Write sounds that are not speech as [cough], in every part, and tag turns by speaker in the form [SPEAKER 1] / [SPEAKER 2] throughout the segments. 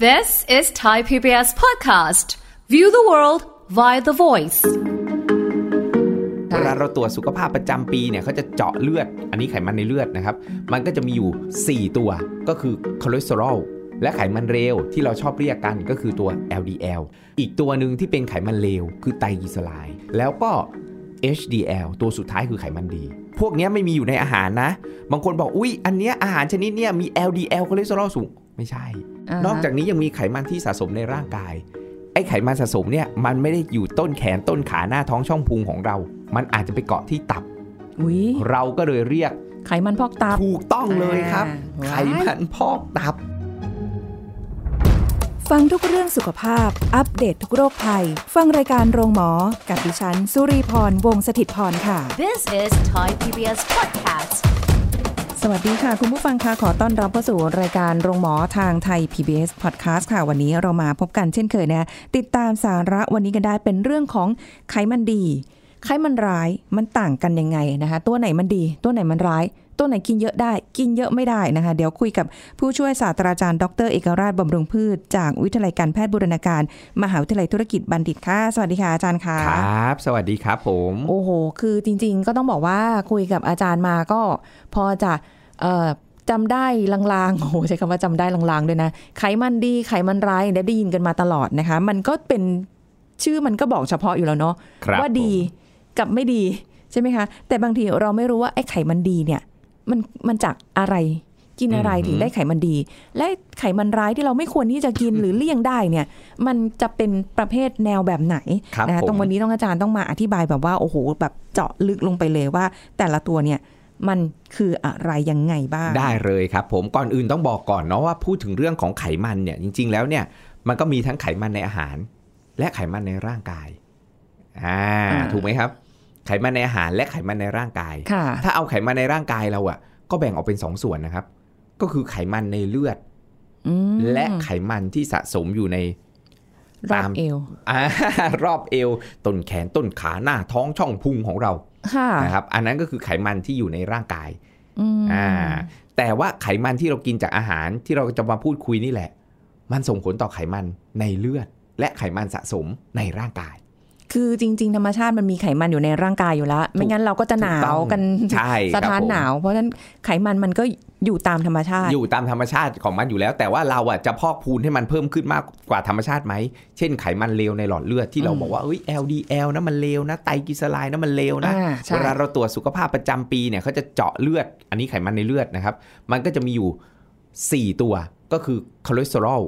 [SPEAKER 1] This is Thai PBS podcast. View the world via the voice.
[SPEAKER 2] เวลาเราตรวจสุขภาพประจำปีเนี่ยเขาจะเจาะเลือด อันนี้ไขมันในเลือดนะครับ มันก็จะมีอยู่ 4 ตัว ก็คือคอเลสเตอรอลและไขมันเลวที่เราชอบเรียกกันก็คือตัว LDL อีกตัวหนึ่งที่เป็นไขมันเลวคือไตรกลีเซอไรด์แล้วก็ HDL ตัวสุดท้ายคือไขมันดี พวกเนี้ยไม่มีอยู่ในอาหารนะ บางคนบอกอุ๊ย อันเนี้ยอาหารชนิดเนี้ยมี LDL คอเลสเตอรอลสูงไม่ใช่
[SPEAKER 3] าฮะ
[SPEAKER 2] นอกจากนี้ยังมีไขมันที่สะสมในร่างกาย ไอ้ไขมันสะสมเนี่ยมันไม่ได้อยู่ต้นแขนต้นขาหน้าท้องช่องพุงของเรา มันอาจจะไปเกาะที่ตับ
[SPEAKER 3] อุ้ย
[SPEAKER 2] เราก็เลยเรียก
[SPEAKER 3] ไขมันพอกตับ
[SPEAKER 2] ถูกต้องเลยครับ
[SPEAKER 3] อ่า
[SPEAKER 2] ไขมันพอกตับ
[SPEAKER 4] ฟังทุกเรื่องสุขภาพ อัปเดตทุกโรคภัย ฟังรายการโรงหมอ กับดิฉัน สุรีพร วงศิตพรค่ะ
[SPEAKER 1] This is Thai PBS podcast.
[SPEAKER 3] สวัสดีค่ะ คุณผู้ฟังคะขอต้อนรับเข้าสู่รายการโรงหมอทางไทย PBS Podcast ค่ะ วันนี้เรามาพบกันเช่นเคยนะติดตามสาระวันนี้กันได้เป็นเรื่องของไขมันดี ไขมันร้ายมันต่างกันยังไงนะคะ ตัวไหนมันดี ตัวไหนมันร้าย ตัวไหนกินเยอะได้ กินเยอะไม่ได้นะคะ เดี๋ยวคุยกับผู้ช่วยศาสตราจารย์ดรเอกราชบำรุงพืช จากวิทยาลัยการแพทย์บูรณาการ มหาวิทยาลัยธุรกิจบัณฑิตค่ะสวัสดีค่ะอาจารย์ค่ะ
[SPEAKER 2] ครับ สวัสดีครับผม
[SPEAKER 3] โอ้โห คือจริงๆ ก็ต้องบอกว่าคุยกับอาจารย์มาก็พอจะเอ่อจำได้ลางๆ [laughs] โอ้โหใช้คำว่าจำได้ลางๆ ด้วยนะ ไขมันดี ไขมันร้ายเนี่ยได้ยินกันมาตลอดนะคะ มันก็เป็นชื่อมันก็บอกเฉพาะอยู่แล้วเนาะ
[SPEAKER 2] ครับ
[SPEAKER 3] ว่าดีกับไม่ดีใช่ไหมคะ แต่บางทีเราไม่รู้ว่าไอ้ไขมันดีเนี่ยมันมันจากอะไรกินอะไร
[SPEAKER 2] อือหือ
[SPEAKER 3] ถึงได้ไขมันดี และไขมันร้ายที่เราไม่ควรที่จะกินหรือเลี่ยงได้เนี่ย มันจะเป็นประเภทแนวแบบไหน
[SPEAKER 2] ครับ
[SPEAKER 3] นะคะ
[SPEAKER 2] ผม
[SPEAKER 3] ตรงวันนี้ต้องอาจารย์ต้องมาอธิบายแบบว่าโอ้โหแบบเจาะลึกลงไปเลยว่า แต่ละตัวเนี่ยมันคืออะไรยังไงบ้าง
[SPEAKER 2] ได้เลยครับผมก่อนอื่นต้องบอกก่อนเนาะว่าพูดถึงเรื่องของไขมันเนี่ยจริง ๆ แล้วเนี่ยมันก็มีทั้งไขมันในอาหาร และไขมันในร่างกายอ่า
[SPEAKER 3] อ่า
[SPEAKER 2] ถูกไหมครับ ไขมันในอาหารและไขมันในร่างกาย
[SPEAKER 3] ค่ะ
[SPEAKER 2] ถ้าเอาไขมันในร่างกายเราอะก็แบ่งออกเป็นสองส่วนนะครับ ก็คือไขมันในเลือด
[SPEAKER 3] อืม
[SPEAKER 2] และไขมันที่สะสมอยู่ใน [laughs]
[SPEAKER 3] รอ
[SPEAKER 2] ตาม
[SPEAKER 3] บเอว
[SPEAKER 2] อารอบเอวต้นแขนต้นขาหน้าท้องช่องพุงของเรา
[SPEAKER 3] ค่ะ
[SPEAKER 2] นะครับอันนั้นก็คือไขมันที่อยู่ในร่างกาย
[SPEAKER 3] อืม
[SPEAKER 2] อ่าแต่ว่าไขมันที่เรากินจากอาหารที่เราจะมาพูดคุยนี่แหละ มันส่งผลต่อไขมันในเลือด และไขมันสะสมในร่างกาย
[SPEAKER 3] คือจริง ๆ ธรรมชาติมันมีไขมันอยู่ในร่างกายอยู่แล้ว ไม่งั้นเราก็จะหนา
[SPEAKER 2] ถูกต้
[SPEAKER 3] ว
[SPEAKER 2] อง
[SPEAKER 3] กัน
[SPEAKER 2] ใช่ครับ
[SPEAKER 3] สะท้าน
[SPEAKER 2] ผม
[SPEAKER 3] หนาวเพราะฉะนั้นไขมันมันก็อยู่ตามธรรมชาติ
[SPEAKER 2] อยู่ตามธรรมชาติของมันอยู่แล้ว แต่ว่าเราอ่ะจะพอกพูนให้มันเพิ่มขึ้นมากกว่าธรรมชาติไหม เช่นไขมันเลวในหลอดเลือดที่เรา
[SPEAKER 3] อืม
[SPEAKER 2] บอกว่าเอ้ย LDL นะมันเลวนะไตรกลีเซอไรด์นะมันเลวนะ
[SPEAKER 3] อ่าใช่
[SPEAKER 2] เวลาเราตรวจสุขภาพประจำปีเนี่ยเขาจะเจาะเลือด อันนี้ไขมันในเลือดนะครับ มันก็จะมีอยู่ 4 ตัวก็คือคอเลสเตอรอล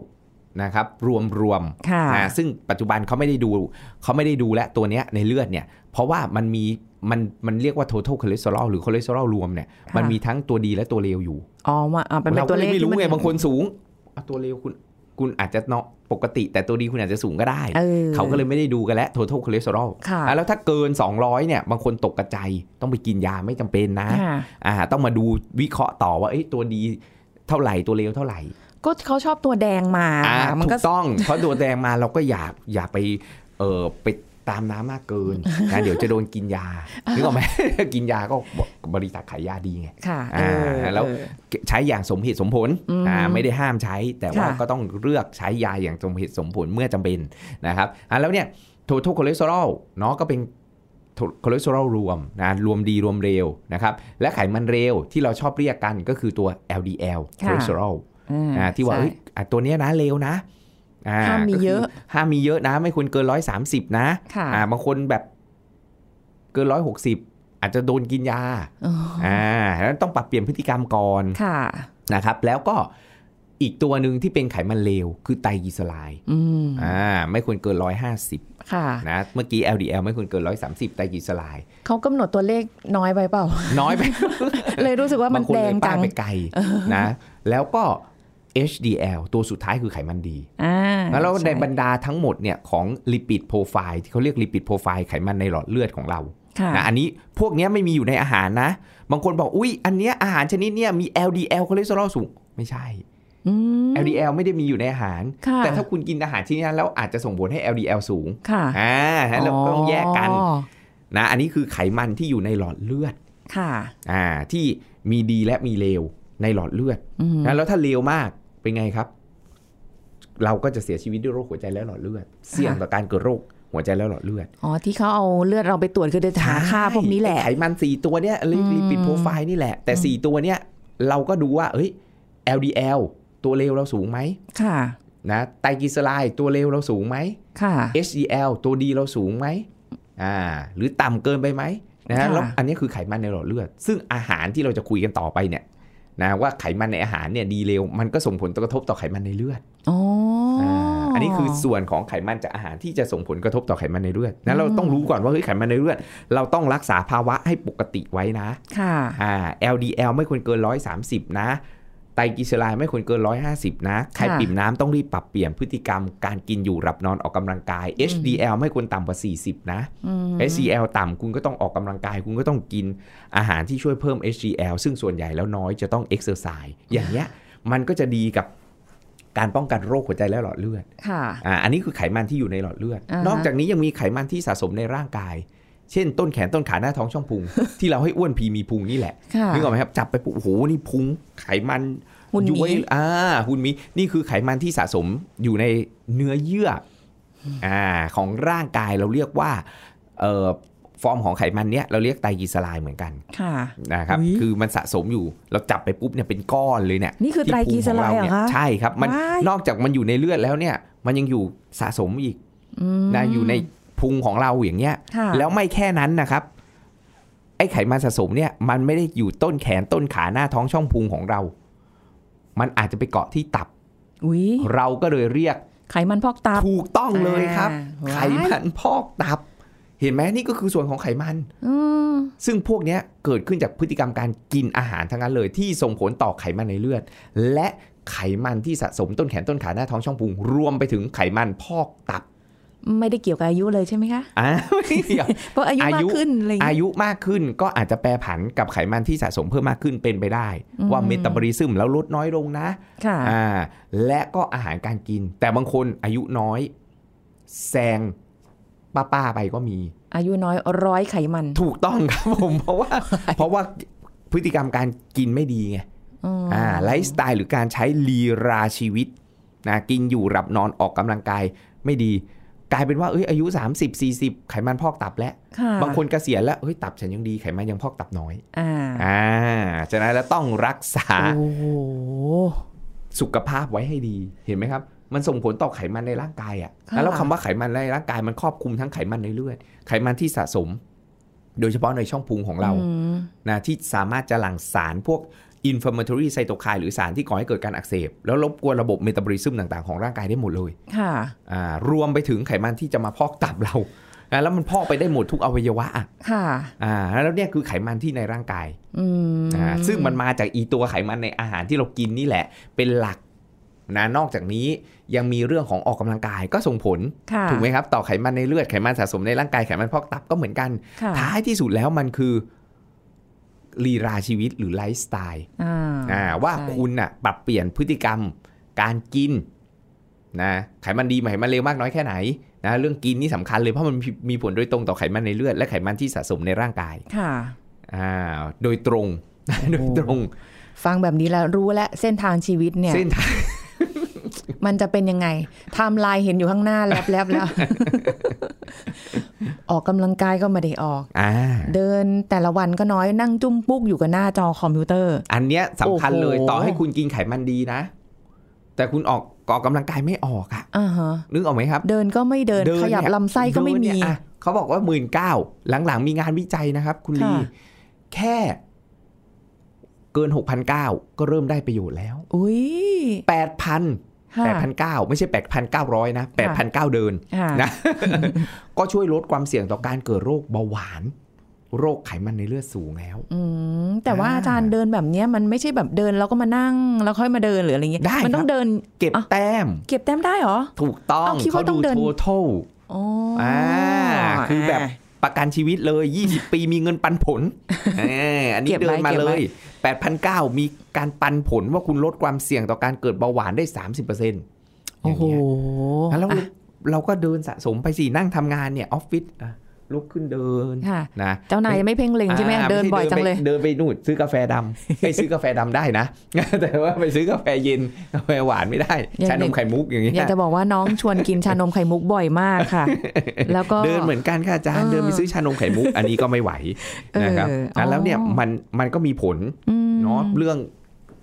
[SPEAKER 2] นะครับรวมรวมๆ
[SPEAKER 3] ค่ะ
[SPEAKER 2] อ่าซึ่งปัจจุบันเขาไม่ได้ดูเขาไม่ได้ดูและตัวเนี้ยในเลือดเนี่ย เพราะว่ามันมีมันมันเรียกว่า total cholesterol หรือ cholesterol รวมเนี่ย
[SPEAKER 3] ค่ะ
[SPEAKER 2] มันมีทั้งตัวดีและตัวเลวอยู่
[SPEAKER 3] อ๋อว่าอ่ะมันเป็น
[SPEAKER 2] เรา
[SPEAKER 3] ตั
[SPEAKER 2] ก็
[SPEAKER 3] ว
[SPEAKER 2] เล
[SPEAKER 3] เลย ข
[SPEAKER 2] ไม่รู้
[SPEAKER 3] ที่
[SPEAKER 2] ไง
[SPEAKER 3] น
[SPEAKER 2] บางคนสูงอ่ะตัวเลวคุณคุณอาจจะเนาะปกติ แต่ตัวดีคุณอาจจะสูงก็ได้
[SPEAKER 3] เออ
[SPEAKER 2] เขาก็เลยไม่ได้ดูกันแล้ว total cholesterol
[SPEAKER 3] ค่ะ
[SPEAKER 2] อ่ะแล้วถ้าเกิน 200เนี่ยบางคนตกกระจายต้องไปกินยาไม่จำเป็นนะ
[SPEAKER 3] ค่ะ
[SPEAKER 2] อ่าต้องมาดูวิเคราะห์ต่อว่าเอ้ยตัวดีเท่าไหร่ตัวเลวเท่าไหร่
[SPEAKER 3] ก็เขาชอบตัวแดงมา
[SPEAKER 2] อ่า
[SPEAKER 3] มั
[SPEAKER 2] ถู
[SPEAKER 3] ก็
[SPEAKER 2] กต้อง เพราะโดนแดงมาเราก็อยากอยากไปเออไปตามน้ำมากเกินนะเดี๋ยวจะโดนกินยานึกออกไหม [laughs] กินยาก็บริษัทขายยาดีไง
[SPEAKER 3] ค่ะ
[SPEAKER 2] อ่า
[SPEAKER 3] เออ
[SPEAKER 2] แล้ว
[SPEAKER 3] เออ
[SPEAKER 2] ใช้อย่างสมเหตุสมผล
[SPEAKER 3] อืม
[SPEAKER 2] อ่าไม่ได้ห้ามใช้ แต่ว่า
[SPEAKER 3] ค่ะ
[SPEAKER 2] ก็ต้องเลือกใช้ยาอย่างสมเหตุสมผลเมื่อจำเป็นนะครับอ่ะแล้วเนี่ย total cholesterol เนาะก็เป็น คอเลสเตอรอลรวมนะรวมดีรวมเร็วนะครับและไขมันเร็วที่เราชอบเรียกกันก็คือตัว LDL ค
[SPEAKER 3] ค่ะ
[SPEAKER 2] อเลสเตอรอล
[SPEAKER 3] อ่า
[SPEAKER 2] อ่าที่ว่า
[SPEAKER 3] ใช่
[SPEAKER 2] เอ้ยอ่ะตัวเนี้ยนะเลวนะอ่
[SPEAKER 3] ห้ามมี
[SPEAKER 2] ก็คื
[SPEAKER 3] เยอะ
[SPEAKER 2] ห้ามมีเยอะนะ ไม่ควรเกินร้อยสามสิบนะ
[SPEAKER 3] ค่ะ
[SPEAKER 2] อ่าบางคนแบบเกินร้อยหกสิบอาจจะโดนกินยา
[SPEAKER 3] อ๋อ
[SPEAKER 2] อ่าแล้วต้องปรับเปลี่ยนพฤติกรรมก่อน
[SPEAKER 3] ค่ะ
[SPEAKER 2] นะครับ แล้วก็อีกตัวหนึ่งที่เป็นไขมันเลวคือไตรกลีเซอไรด์
[SPEAKER 3] อืม
[SPEAKER 2] อ่าไม่ควรเกินร้อยห้าสิบ
[SPEAKER 3] ค่ะ
[SPEAKER 2] นะเมื่อกี้ LDL ไม่ควรเกินร้อยสามสิบไตรกลีเซอไรด์
[SPEAKER 3] เขากำหนดตัวเลขน้อยไปเปล่า [laughs]
[SPEAKER 2] น้อยไป
[SPEAKER 3] เลยรู้สึกว่ามัน
[SPEAKER 2] บค
[SPEAKER 3] แด
[SPEAKER 2] เลย
[SPEAKER 3] ง
[SPEAKER 2] ป้า
[SPEAKER 3] จัง
[SPEAKER 2] ยไปไกลนะแล้วก็ HDL ตัวสุดท้ายคือไขมันดี
[SPEAKER 3] อ่า
[SPEAKER 2] แล้วใน
[SPEAKER 3] ช่
[SPEAKER 2] บรรดาทั้งหมดเนี่ยของลิปิดโปรไฟล์ที่เขาเรียกลิปิดโปรไฟล์ไขมันในหลอดเลือดของเรา
[SPEAKER 3] ค่ะ
[SPEAKER 2] นะอันนี้พวกเนี้ยไม่มีอยู่ในอาหารนะ บางคนบอกอุ้ยอันเนี้ยอาหารชนิดเนี้ยมี LDL คอเลสเตอรอลสูง ไม่ใช่
[SPEAKER 3] อืม
[SPEAKER 2] LDL ไม่ได้มีอยู่ในอาหาร
[SPEAKER 3] ค่ะ
[SPEAKER 2] แต่ถ้าคุณกินอาหารชนิดนั้นแล้วอาจจะส่งผลให้ LDL สูง
[SPEAKER 3] ค่ะ
[SPEAKER 2] อ่าแล้วเราก็ต้องแยกกัน
[SPEAKER 3] อ๋อ
[SPEAKER 2] นะอันนี้คือไขมันที่อยู่ในหลอดเลือด
[SPEAKER 3] ค่ะ
[SPEAKER 2] อ่าที่มีดีและมีเลวในหลอดเลือด
[SPEAKER 3] อืม
[SPEAKER 2] นะแล้วถ้าเลวมากเป็นไงครับ เราก็จะเสียชีวิตด้วยโรคหัวใจและหลอดเลือด เสี่ยงต่อการเกิดโรคหัวใจและหลอดเลือด
[SPEAKER 3] อ๋อที่เขาเอาเลือดเราไปตรวจคือจะหาค่าพวกนี้แหละ
[SPEAKER 2] ไอ้ไขมันสี่ตัวเนี้ยลิ
[SPEAKER 3] อืม
[SPEAKER 2] ปิดโปรไฟล์นี่แหละ แต่สี่ตัวเนี้ยเราก็ดูว่าเอ้ย LDL ตัวเลวเราสูงไหม
[SPEAKER 3] ค่ะ
[SPEAKER 2] นะไตรกลีเซอไรด์ตัวเลวเราสูงไหม
[SPEAKER 3] ค่ะ
[SPEAKER 2] HDL ตัวดีเราสูงไหมอ่า หรือต่ำเกินไปไหมนะฮะ
[SPEAKER 3] ค่ะ
[SPEAKER 2] แล้วอันนี้คือไขมันในหลอดเลือด ซึ่งอาหารที่เราจะคุยกันต่อไปเนี่ยนะว่าไขมันในอาหารเนี่ยดีเร็ว มันก็ส่งผลกระทบต่อไขมันในเลือด
[SPEAKER 3] อ๋ออา
[SPEAKER 2] อันนี้คือส่วนของไขมันจากอาหารที่จะส่งผลกระทบต่อไขมันในเลือดนะเราต้องรู้ก่อนว่าเฮ้ยไขมันในเลือด เราต้องรักษาภาวะให้ปกติไว้นะ
[SPEAKER 3] ค่ะ
[SPEAKER 2] อ่า LDL ไม่ควรเกิน 130 นะ ไตรกลีเซอไรด์ไม่ควรเกิน 150 นะ ใคร
[SPEAKER 3] ค่ะ
[SPEAKER 2] ปิ่มน้ำต้องรีบปรับเปลี่ยนพฤติกรรม การกินอยู่หลับนอนออกกำลังกาย HDL ไม่ควรต่ำกว่า 40 นะ
[SPEAKER 3] อืม
[SPEAKER 2] HDL ต่ำคุณก็ต้องออกกำลังกาย คุณก็ต้องกินอาหารที่ช่วยเพิ่ม HDL ซึ่งส่วนใหญ่แล้วน้อยจะต้องเอ็กซ์เซอร์ไซส์อย่างเงี้ยมันก็จะดีกับการป้องกันโรคหัวใจและหลอดเลือด
[SPEAKER 3] ค่ะ
[SPEAKER 2] อ่าอันนี้คือไขมันที่อยู่ในหลอดเลือด
[SPEAKER 3] อ่าฮะ
[SPEAKER 2] นอกจากนี้ยังมีไขมันที่สะสมในร่างกาย เช่น ต้นแขนต้นขาหน้าท้องช่องพุง ที่เราให้อ้วนพีมีพุงนี่แหละ
[SPEAKER 3] ค่ะ
[SPEAKER 2] นึกออกไหมครับ จับไปปุ๊บโอ้โหนี่พุงไขมัน
[SPEAKER 3] หุ่นหมี
[SPEAKER 2] ย้วยอ่าหุ่นหมีนี่คือไขมันที่สะสมอยู่ในเนื้อเยื่อออ่าของร่างกายเราเรียกว่าเอ่อฟอร์มของไขมันเนี้ยเราเรียกไตรกลีเซอไรด์เหมือนกัน
[SPEAKER 3] ค่ะ
[SPEAKER 2] นะครับ
[SPEAKER 3] อุ๊ย
[SPEAKER 2] คือมันสะสมอยู่เราจับไปปุ๊บเนี่ยเป็นก้อนเลยเนี่ย
[SPEAKER 3] นี่คือ
[SPEAKER 2] ที่
[SPEAKER 3] ไตรกลีเซอไร
[SPEAKER 2] พุ
[SPEAKER 3] ด์
[SPEAKER 2] งขงานี่ย
[SPEAKER 3] เหรอคะ
[SPEAKER 2] ใช่ครับมัน
[SPEAKER 3] ว้าย
[SPEAKER 2] นอกจากมันอยู่ในเลือดแล้วเนี่ยมันยังอยู่สะสมอีก
[SPEAKER 3] อืม
[SPEAKER 2] นะอยู่ในพุงของเราอย่างเงี้ย
[SPEAKER 3] ค่ะ
[SPEAKER 2] แล้วไม่แค่นั้นนะครับ ไอ้ไขมันสะสมเนี่ย มันไม่ได้อยู่ต้นแขนต้นขาหน้าท้องช่องพุงของเรา มันอาจจะไปเกาะที่ตับ
[SPEAKER 3] อุ้ย
[SPEAKER 2] เราก็เลยเรียก
[SPEAKER 3] ไขมันพอกตับ
[SPEAKER 2] ถูกต้องเลยครับ
[SPEAKER 3] อ่า
[SPEAKER 2] ไขมันพอกตับ เห็นไหมนี่ก็คือส่วนของไขมัน
[SPEAKER 3] อืม
[SPEAKER 2] ซึ่งพวกเนี้ยเกิดขึ้นจากพฤติกรรมการกินอาหารทั้งนั้นเลย ที่ส่งผลต่อไขมันในเลือด และไขมันที่สะสมต้นแขนต้นขาหน้าท้องช่องพุงรวมไปถึงไขมันพอก
[SPEAKER 3] [laughs]
[SPEAKER 2] ตับ
[SPEAKER 3] ไม่ได้เกี่ยวกับอายุเลยใช่ไหมคะ
[SPEAKER 2] อ่าไม่เกี่ยว
[SPEAKER 3] เพราะอายุ
[SPEAKER 2] อายุ
[SPEAKER 3] มากขึ้นอะไรอย่าง
[SPEAKER 2] อา
[SPEAKER 3] เงี้ย
[SPEAKER 2] ยุมากขึ้นก็อาจจะแปรผันกับไขมันที่สะสมเพิ่มมากขึ้นเป็นไปได้ ว่า
[SPEAKER 3] อืม
[SPEAKER 2] เมตาบอลิซึมแล้วลดน้อยลงนะ
[SPEAKER 3] ค่ะ
[SPEAKER 2] อ่าและก็อาหารการกิน แต่บางคนอายุน้อยแซงป้าๆไปก็มี
[SPEAKER 3] อายุน้อยร้อยไขมัน
[SPEAKER 2] ถูกต้องครับผม [laughs] เพ
[SPEAKER 3] [laughs]
[SPEAKER 2] ราะว่าเพราะว่าพฤติกรรมการกินไม่ดีไง
[SPEAKER 3] อืม
[SPEAKER 2] อ่าไลฟ์สไตล์หรือการใช้ลีราชีวิตนะกินอยู่หลับนอนออกกำลังกายไม่ดี กลายเป็นว่าเอ้ยอายุ 30-40 ไขมันพอกตับแล้ว
[SPEAKER 3] ค่ะ
[SPEAKER 2] บางคนเกษียณแล้วเฮ้ยตับฉันยังดีไขมันยังพอกตับน้อย
[SPEAKER 3] อ่า
[SPEAKER 2] อ่า ฉะนั้นแล้วต้องรักษา
[SPEAKER 3] โอ้โห
[SPEAKER 2] สุขภาพไว้ให้ดี เห็นไหมครับ มันส่งผลต่อไขมันในร่างกายอะ่ะ แล้วคำว่าไขมันในร่างกายมันครอบคลุมทั้งไขมันในเลือด ไขมันที่สะสม โดยเฉพาะในช่องพุงของเรา
[SPEAKER 3] อืม
[SPEAKER 2] นะที่สามารถจะหลั่งสารพวก inflammatory cytokine หรือสารที่ก่อให้เกิดการอักเสบ แล้วรบกวนระบบเมตาบอลิซึมต่างๆของร่างกายได้หมดเลย
[SPEAKER 3] ค่ะ
[SPEAKER 2] อ่า รวมไปถึงไขมันที่จะมาพอกตับเรานะแล้วมันพอกไปได้หมดทุกอวัยวะอะ
[SPEAKER 3] ค่ะ
[SPEAKER 2] อ่า แล้วเนี่ยคือไขมันที่ในร่างกาย
[SPEAKER 3] อืม
[SPEAKER 2] อ่าซึ่งมันมาจากอีตัวไขมันในอาหารที่เรากินนี่แหละ เป็นหลักนะนอกจากนี้ยังมีเรื่องของออกกำลังกายก็ส่งผล
[SPEAKER 3] ค่ะ
[SPEAKER 2] ถูกไหมครับ ต่อไขมันในเลือดไขมันสะสมในร่างกายไขมันพอกตับก็เหมือนกัน
[SPEAKER 3] ค่ะ
[SPEAKER 2] ท้ายที่สุดแล้วมันคือลีราชีวิตหรือไลฟ์สไตล์
[SPEAKER 3] อ่า
[SPEAKER 2] อ่าว่า
[SPEAKER 3] ใช่
[SPEAKER 2] คุณน่ะปรับเปลี่ยนพฤติกรรมการกินนะไขมันดีไขมันเลวมากน้อยแค่ไหนนะเรื่องกินนี่สำคัญเลยเพราะมันมีมีผลโดยตรงต่อไขมันในเลือดและไขมันที่สะสมในร่างกาย
[SPEAKER 3] ค่ะ
[SPEAKER 2] อ่าโดยตรง [laughs] โดยตรง
[SPEAKER 3] ฟังแบบนี้แล้วรู้แล้วเส้นทางชีวิตเนี่ย
[SPEAKER 2] เส้นทาง
[SPEAKER 3] มันจะเป็นยังไงไทม์ไลน์เห็นอยู่ข้างหน้าแลบแลบแล้ว
[SPEAKER 2] [laughs]
[SPEAKER 3] ออกกำลังกายก็ไม่ได้ออก
[SPEAKER 2] อ่า
[SPEAKER 3] เดินแต่ละวันก็น้อยนั่งจุ้มปุ๊กอยู่กับหน้าจอคอมพิวเตอร์
[SPEAKER 2] อันเนี้ยสำคัญเลย
[SPEAKER 3] โอ้โห
[SPEAKER 2] ต่อให้คุณกินไขมันดีนะ แต่คุณออกออกกำลังกายไม่ออกอะ
[SPEAKER 3] อ่าฮะ
[SPEAKER 2] นึกออกไหมครับ
[SPEAKER 3] เดินก็ไม่เดินขยับ
[SPEAKER 2] นี่
[SPEAKER 3] ลำไส้ก็ไม่
[SPEAKER 2] เดิน
[SPEAKER 3] มี
[SPEAKER 2] เนี่ยอ่ะเขาบอกว่าหมื่นเก้าหลังๆมีงานวิจัยนะครับ คุณลี
[SPEAKER 3] ค่ะ
[SPEAKER 2] แค่เกิน 6,900 ก็เริ่มได้ประโยชน์แล้ว
[SPEAKER 3] อุ้ย
[SPEAKER 2] 8,000
[SPEAKER 3] ค่ะ
[SPEAKER 2] 8,900 ไม่ใช่ 8,900 นะ 8,900 เดิน
[SPEAKER 3] ค่ะ
[SPEAKER 2] นะ ก็ช่วยลดความเสี่ยงต่อการเกิดโรคเบาหวาน โรคไขมันในเลือดสูงแล้ว
[SPEAKER 3] อืมแต่ว่า
[SPEAKER 2] อ่า
[SPEAKER 3] อาจารย์เดินแบบเนี้ยมันไม่ใช่แบบเดินแล้วก็มานั่งแล้วค่อยมาเดินหรืออะไรเงี้ย
[SPEAKER 2] ได้
[SPEAKER 3] มัต้อ
[SPEAKER 2] ครั
[SPEAKER 3] ง
[SPEAKER 2] บ
[SPEAKER 3] เดิน
[SPEAKER 2] เก็บ
[SPEAKER 3] อ่ะ
[SPEAKER 2] แต้ม
[SPEAKER 3] เก็บแต้มได้เหรอ
[SPEAKER 2] ถูกต้อง
[SPEAKER 3] อ้าวคิดว่าต้องเดิน
[SPEAKER 2] โททอล
[SPEAKER 3] อ๋ออ่
[SPEAKER 2] อ่าคือแบบ
[SPEAKER 3] า
[SPEAKER 2] ประกันชีวิตเลย 20 ปีมีเงินปันผ
[SPEAKER 3] [laughs]
[SPEAKER 2] ลเอ้ยอันนี้
[SPEAKER 3] เก็บ
[SPEAKER 2] เดิ
[SPEAKER 3] ไว้
[SPEAKER 2] นมา
[SPEAKER 3] เก็บ
[SPEAKER 2] เล
[SPEAKER 3] ไว้
[SPEAKER 2] ย 8,900 มีการปันผลว่าคุณลดความเสี่ยงต่อการเกิดเบาหวานได้ 30%อย่าง
[SPEAKER 3] โอ้โห
[SPEAKER 2] เงี้ยแล้วเรา
[SPEAKER 3] อ่ะ
[SPEAKER 2] เราก็เดินสะสมไปสินั่งทำงานเนี่ยออฟฟิศอ่ะ ลุกขึ้นเดิน
[SPEAKER 3] ค่ะ
[SPEAKER 2] นะ
[SPEAKER 3] เจ้านายยังไม่เพ่งเล็งใช่ไหม
[SPEAKER 2] อ่า
[SPEAKER 3] เดิน
[SPEAKER 2] ไม่ใช่
[SPEAKER 3] บ่อยจังเลย
[SPEAKER 2] ไปเดินไปนู่นซื้อกาแฟด
[SPEAKER 3] [laughs]
[SPEAKER 2] ำ ไปซื้อกาแฟดำได้นะ แต่ว่าไปซื้อกาแฟเย็นกาแฟหวานไม่ได้
[SPEAKER 3] อยาก
[SPEAKER 2] ชาน
[SPEAKER 3] เด็
[SPEAKER 2] ม
[SPEAKER 3] ก
[SPEAKER 2] ไข่มุกอย่างเงี้
[SPEAKER 3] อยาก
[SPEAKER 2] ย
[SPEAKER 3] จะบอกว่าน้องชวนกินชานมไข่มุกบ่อยมากค่ะ แล้วก็
[SPEAKER 2] เดินเหมือนกันค่ะอาจารย์
[SPEAKER 3] เออ
[SPEAKER 2] เดินไปซื้อชานมไข่มุก อันนี้ก็ไม่ไหวนะครับ
[SPEAKER 3] เอออ๋อ
[SPEAKER 2] นะแล้วเนี่ยมันมันก็มีผล
[SPEAKER 3] อืม
[SPEAKER 2] เนาะเรื่อง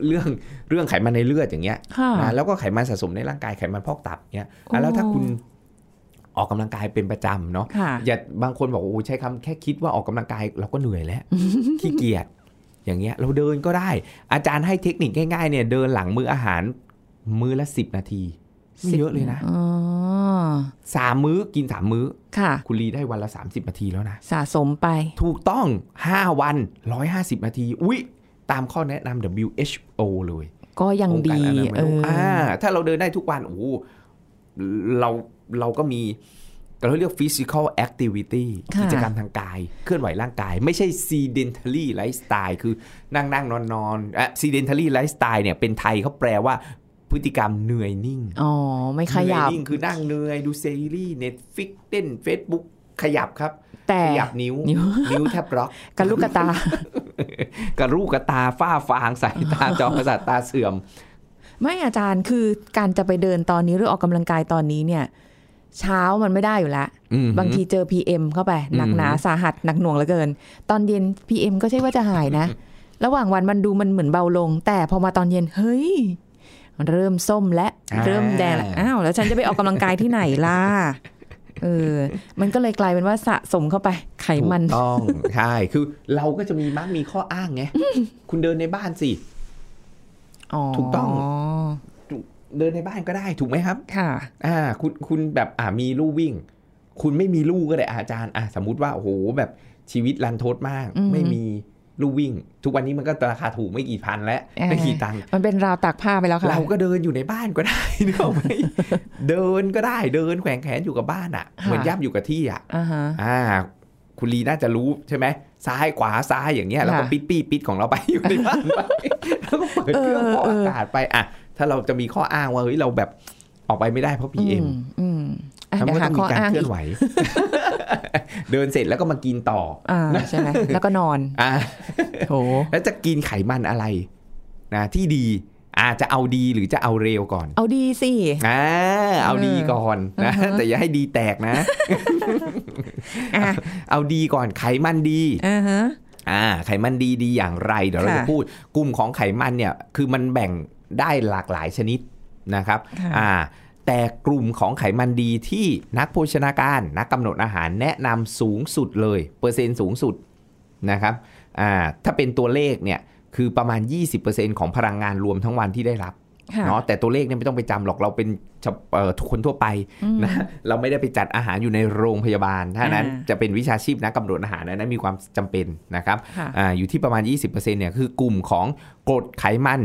[SPEAKER 2] เรื่องเรื่องไขมันในเลือดอย่างเงี้ย
[SPEAKER 3] ค่ะ
[SPEAKER 2] นะแล้วก็ไขมันสะสมในร่างกายไขมันพอกตับเนี่ยอ่ะ
[SPEAKER 3] โอ้
[SPEAKER 2] แล้วถ้าคุณออกกำลังกายเป็นประจำเนาะ
[SPEAKER 3] ค่ะ
[SPEAKER 2] อย่าบางคนบอกโอ้ใช้คำแค่คิดว่าออกกำลังกายเราก็เหนื่อย
[SPEAKER 3] [laughs]
[SPEAKER 2] แล้ว ขี้เกียจอย่างเงี้ยเราเดินก็ได้ อาจารย์ให้เทคนิคง่ายๆเนี่ยเดินหลังมื้ออาหาร มื้อละสิบนาทีไม่เยอะเลยนะ
[SPEAKER 3] อ๋อ
[SPEAKER 2] สามมื้อกินสามมื้อ
[SPEAKER 3] ค่ะ
[SPEAKER 2] คุณลีได้วันละ 30 นาทีแล้วนะ
[SPEAKER 3] สะสมไป
[SPEAKER 2] ถูกต้อง 5 วัน 150 นาที อุ๊ย ตามข้อแนะนำ WHO เลย
[SPEAKER 3] ก็ยัง
[SPEAKER 2] องค์กา
[SPEAKER 3] ดี
[SPEAKER 2] รอนามัย
[SPEAKER 3] เอ
[SPEAKER 2] โลก
[SPEAKER 3] ออ
[SPEAKER 2] อ่าถ้าเราเดินได้ทุกวัน โอ้โหเราเราก็มีเราเรียก physical activity
[SPEAKER 3] ค่ะ
[SPEAKER 2] กิจกรรมทางกาย เคลื่อนไหวร่างกาย ไม่ใช่ sedentary lifestyle คือนั่งนั่งนอนนอนอ่ะ sedentary lifestyle เนี่ยเป็นไทยเขาแปลว่าพฤติกรรมเหนื่อยนิ่ง
[SPEAKER 3] อ๋อ ไม่ขยับ
[SPEAKER 2] เหนื่อนิ่งคือนั่งเหนื่อยดูซีรีส์ Netflix เต้น Facebook ขยับครับ
[SPEAKER 3] แต่
[SPEAKER 2] ขยับนิ้ว
[SPEAKER 3] นิ้ว
[SPEAKER 2] นิ้วแทบล็อก
[SPEAKER 3] กันลูกกระตา
[SPEAKER 2] กระรูกกระตาฝ้าฟางสายตาจอประสาทตาเสื่อม
[SPEAKER 3] [laughs] ไม่อาจารย์คือการจะไปเดินตอนนี้หรือออกกำลังกายตอนนี้เนี่ย เช้ามันไม่ได้อยู่แล้ว
[SPEAKER 2] อืม
[SPEAKER 3] บางทีเจอ PM เข้าไป หนักหนาสาหัสหนักหน่วงเหลือเกิน ตอนเย็น PM ก็ใช่ว่าจะหายนะ
[SPEAKER 2] [laughs]
[SPEAKER 3] ระหว่างวันมันดูมันเหมือนเบาลง แต่พอมาตอนเย็น เฮ้ย เริ่มส้มและ
[SPEAKER 2] อ่า
[SPEAKER 3] เริ่มแดงละอ้าว แล้วฉันจะไปออกกำลังกายที่ไหนล่ะเออ มันก็เลยกลายเป็นว่าสะสมเข้าไปไขมัน
[SPEAKER 2] ถูกต้อง ใช่คือเราก็จะมีมักมีข้ออ้างไง คุณเดินในบ้านสิ
[SPEAKER 3] อ๋อ
[SPEAKER 2] ถูกต้อง เดินในบ้านก็ได้ถูกไหมครับ
[SPEAKER 3] ค่ะ
[SPEAKER 2] อ่า คุณคุณแบบอ่ามีลู่วิ่ง คุณไม่มีลู่ก็ได้อาจารย์ อ่าสมมุติว่าโอ้โหแบบชีวิตรันทดมาก
[SPEAKER 3] อืม
[SPEAKER 2] ไม่มีลู่วิ่ง ทุกวันนี้มันก็ราคาถูกไม่กี่พันแล้ว
[SPEAKER 3] เออ
[SPEAKER 2] ไม่กี่ตังค์
[SPEAKER 3] มันเป็นราวตากผ้าไปแล้วค่ะ
[SPEAKER 2] เราก็เดินอยู่ในบ้านก็ได้ [laughs] นึกออกไหมเดินก็ได้เดินแขวงแขนอยู่กับบ้านอ่ะ เหมือน
[SPEAKER 3] ค่ะ
[SPEAKER 2] ย่ำอยู่กับที่อ่ะ
[SPEAKER 3] อ่าฮะ
[SPEAKER 2] อ่า คุณลีน่าจะรู้ใช่ไหมซ้ายขวาซ้ายอย่างเงี้ยแล้วก็
[SPEAKER 3] ค่ะ
[SPEAKER 2] ปิดปี้ปิดของเราไป อยู่ในบ้าน
[SPEAKER 3] [laughs]
[SPEAKER 2] ไปแล้วก็เปิดเครื่อง
[SPEAKER 3] เออ
[SPEAKER 2] ฟอก
[SPEAKER 3] เอ
[SPEAKER 2] อา
[SPEAKER 3] อ
[SPEAKER 2] กาศไปอ่ะถ้าเราจะมีข้ออ้างว่าเฮ้ยเราแบบออกไปไม่ได้เพราะพีเอ็ม
[SPEAKER 3] มอืมอ่ะ
[SPEAKER 2] มัน
[SPEAKER 3] เดี๋ย
[SPEAKER 2] ก็ต้อง
[SPEAKER 3] วหาข้อก
[SPEAKER 2] มีา
[SPEAKER 3] อ้า
[SPEAKER 2] รงเคลื่อ
[SPEAKER 3] อี
[SPEAKER 2] น
[SPEAKER 3] ก
[SPEAKER 2] ไหว [laughs] เดินเสร็จแล้วก็มากินต่อ
[SPEAKER 3] อ่าใช่ไหม
[SPEAKER 2] [laughs]
[SPEAKER 3] แล้วก็นอน
[SPEAKER 2] อ่า
[SPEAKER 3] โถ
[SPEAKER 2] แล้วจะกินไขมันอะไรนะที่ดีอาจะเอาดีหรือจะเอาเร็วก่อน
[SPEAKER 3] เอาดีสิ
[SPEAKER 2] อ่าเอาดีก่อนนะ
[SPEAKER 3] อือฮะ
[SPEAKER 2] แต่อย่าให้ดีแตกนะ
[SPEAKER 3] อ่ะ
[SPEAKER 2] เอาดีก่อนไขมันดี
[SPEAKER 3] อ่าฮะ
[SPEAKER 2] อ่าไขมันดีดีอย่างไร เดี๋ยวเรา
[SPEAKER 3] ค่ะ
[SPEAKER 2] จะพูดกลุ่มของไขมันเนี่ยคือมันแบ่งได้หลากหลายชนิดนะครับ
[SPEAKER 3] ค่ะ
[SPEAKER 2] อ่าแต่กลุ่มของไขมันดีที่นักโภชนาการ นักกำหนดอาหารแนะนำสูงสุดเลย เปอร์เซ็นต์สูงสุดนะครับอ่าถ้าเป็นตัวเลขเนี่ยคือประมาณ 20%ของพลังงานรวมทั้งวันที่ได้รับ
[SPEAKER 3] ค่ะ
[SPEAKER 2] เนาะแต่ตัวเลขเนี่ยไม่ต้องไปจำหรอกเราเป็นเฉพาะเอ่อคนทั่วไปนะ [laughs] เราไม่ได้ไปจัดอาหารอยู่ในโรงพยาบาลถ้านั้น
[SPEAKER 3] อ่า
[SPEAKER 2] จะเป็นวิชาชีพนักกำหนดอาหารนะนะมีความจำเป็นนะครับ
[SPEAKER 3] ค่ะ
[SPEAKER 2] อาอยู่ที่ประมาณ 20%เนี่ยคือกลุ่มของกรดไขมัน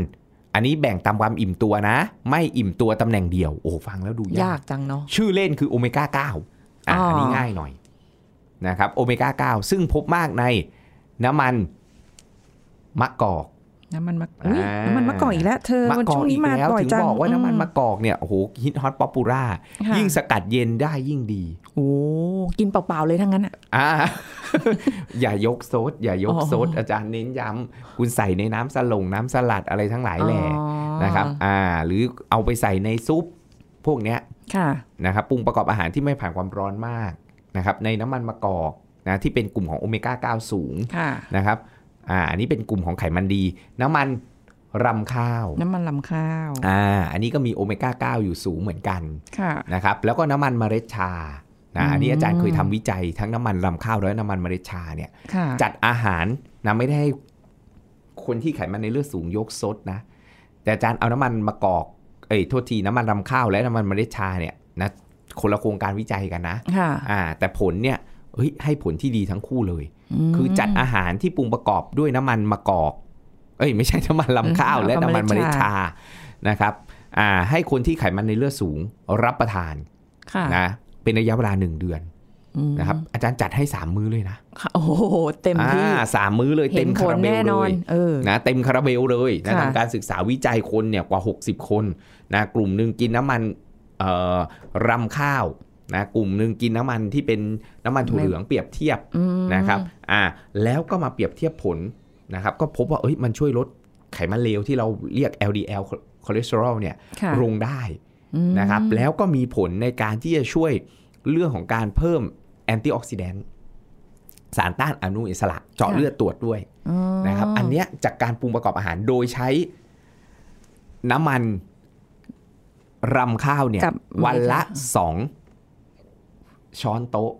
[SPEAKER 2] อันนี้แบ่งตามความอิ่มตัวนะ ไม่อิ่มตัวตำแหน่งเดียว โอ้ฟังแล้วดูยาย
[SPEAKER 3] าก กจังเนาะ
[SPEAKER 2] ชื่อเล่นคือโอเมก้า9อ่ะ
[SPEAKER 3] อ๋ออั
[SPEAKER 2] อันนี้ง่ายหน่อยนะครับโอเมก้า9ซึ่งพบมากในน้ำมันมะกอก
[SPEAKER 3] น้ำมันมะ
[SPEAKER 2] อุ๊ยอ่า
[SPEAKER 3] น้ำมันมะกอกอีกแล้ว เธอ
[SPEAKER 2] มะ
[SPEAKER 3] มัน
[SPEAKER 2] กอก
[SPEAKER 3] ช่วง
[SPEAKER 2] อี
[SPEAKER 3] นี้
[SPEAKER 2] ก
[SPEAKER 3] มา
[SPEAKER 2] แล้ว
[SPEAKER 3] บ่อย
[SPEAKER 2] ถึง
[SPEAKER 3] จัง
[SPEAKER 2] บอกว่าน้ำมัน
[SPEAKER 3] อื
[SPEAKER 2] มะกอกเนี่ยโอ้โหฮิตฮอตป๊อปปูล่า
[SPEAKER 3] ค่ะ
[SPEAKER 2] ยิ่งสกัดเย็นได้ยิ่งดี
[SPEAKER 3] โอ้กินเปล่าๆเลยทั้งนั้นอ่ะ
[SPEAKER 2] อ่า [laughs] อย่ายกโซดอย่ายกโซด
[SPEAKER 3] อ๋ออ
[SPEAKER 2] อาจารย์เน้นย้ำคุณใส่ในน้ำสลงน้ำสลัดอะไรทั้งหลายแหล่
[SPEAKER 3] อ๋อ
[SPEAKER 2] นะครับ อ่า หรือเอาไปใส่ในซุป พวกเนี้ย
[SPEAKER 3] ค่ะ
[SPEAKER 2] นะครับปรุงประกอบอาหารที่ไม่ผ่านความร้อนมากนะครับ ในน้ำมันมะกอกนะที่เป็นกลุ่มของโอเมก้า 9 สูง
[SPEAKER 3] ค่ะ
[SPEAKER 2] นะครับ อ่าอันนี้เป็นกลุ่มของไขมันดี น้ำมันรำข้าว
[SPEAKER 3] น้ำมันลำข้าว
[SPEAKER 2] อ่าอันนี้ก็มีโอเมก้า 9 อยู่สูงเหมือนกัน
[SPEAKER 3] ค่ะ
[SPEAKER 2] นะครับแล้วก็น้ำมันเมล็ดชานะอันนี้
[SPEAKER 3] อืม
[SPEAKER 2] อาจารย์เคยทำวิจัยทั้งน้ำมันลำข้าวและน้ำมันเมล็ดชาเนี่ย
[SPEAKER 3] ค่ะ
[SPEAKER 2] จัดอาหารนะไม่ได้ให้คนที่ไขมันในเลือดสูงยกซดนะแต่อาจารย์เอาน้ำมันมะกอกเอ้ยโทษทีน้ำมันลำข้าวและน้ำมันเมล็ดชาเนี่ยนะคนละโครงการวิจัยกันนะ
[SPEAKER 3] ค่ะ
[SPEAKER 2] อ่าแต่ผลเนี่ยเฮ้ยให้ผลที่ดีทั้งคู่เลย
[SPEAKER 3] ม
[SPEAKER 2] คือจัดอาหารที่ปรุงประกอบด้วยน้ำมันมะกอก เอ้ยไม่ใช่ [laughs] น้ำมันลำข้าว
[SPEAKER 3] อืม
[SPEAKER 2] และน้ำมันเม
[SPEAKER 3] เมล็
[SPEAKER 2] ล็
[SPEAKER 3] ด
[SPEAKER 2] ด
[SPEAKER 3] ชา
[SPEAKER 2] ชานะครับอ่าให้คนที่ไขมันในเลือดสูงรับประทาน
[SPEAKER 3] ค่ะ
[SPEAKER 2] นะเป็นระยะเวลาหนึ่งเดือน
[SPEAKER 3] อืม
[SPEAKER 2] นะครับอาจารย์จัดให้ 3 มื้อเลยนะ
[SPEAKER 3] ค่ะโอ้โหเต็มที่
[SPEAKER 2] อ่าสามมื้อเลย
[SPEAKER 3] เห็
[SPEAKER 2] เต็ม
[SPEAKER 3] นผ
[SPEAKER 2] คา
[SPEAKER 3] ล
[SPEAKER 2] ราเบล
[SPEAKER 3] แน่น
[SPEAKER 2] เล
[SPEAKER 3] อน
[SPEAKER 2] ย
[SPEAKER 3] เออ
[SPEAKER 2] นะเต็มคาราเบลเลยนะ
[SPEAKER 3] ค่ะ
[SPEAKER 2] ทำการศึกษาวิจัยคนเนี่ยกว่า 60 คนนะกลุ่มหนึ่งกินน้ำมันเอ่อรำข้าว นะกลุ่มหนึ่งกินน้ำมันที่เป็นน้ำมันถั่วเหลืองเปรียบเทียบ
[SPEAKER 3] อืม
[SPEAKER 2] นะครับอ่าแล้วก็มาเปรียบเทียบผลนะครับก็พบว่าเอ้ยมันช่วยลดไขมันเลวที่เราเรียก LDL คอเลสเตอรอลเนี่ย
[SPEAKER 3] ค่ะ
[SPEAKER 2] ลงได้
[SPEAKER 3] อืม
[SPEAKER 2] นะครับแล้วก็มีผลในการที่จะช่วยเรื่องของการเพิ่มแอนตี้ออกซิแดนต์สารต้านอนุมูลอิสระเจาะเลือดตรวจด้วย
[SPEAKER 3] อ๋อ
[SPEAKER 2] นะครับอันเนี้ยจากการปรุงประกอบอาหารโดยใช้น้ำมันรำข้าวเนี่ย
[SPEAKER 3] กับ
[SPEAKER 2] วันละสองช้อนโต๊ะ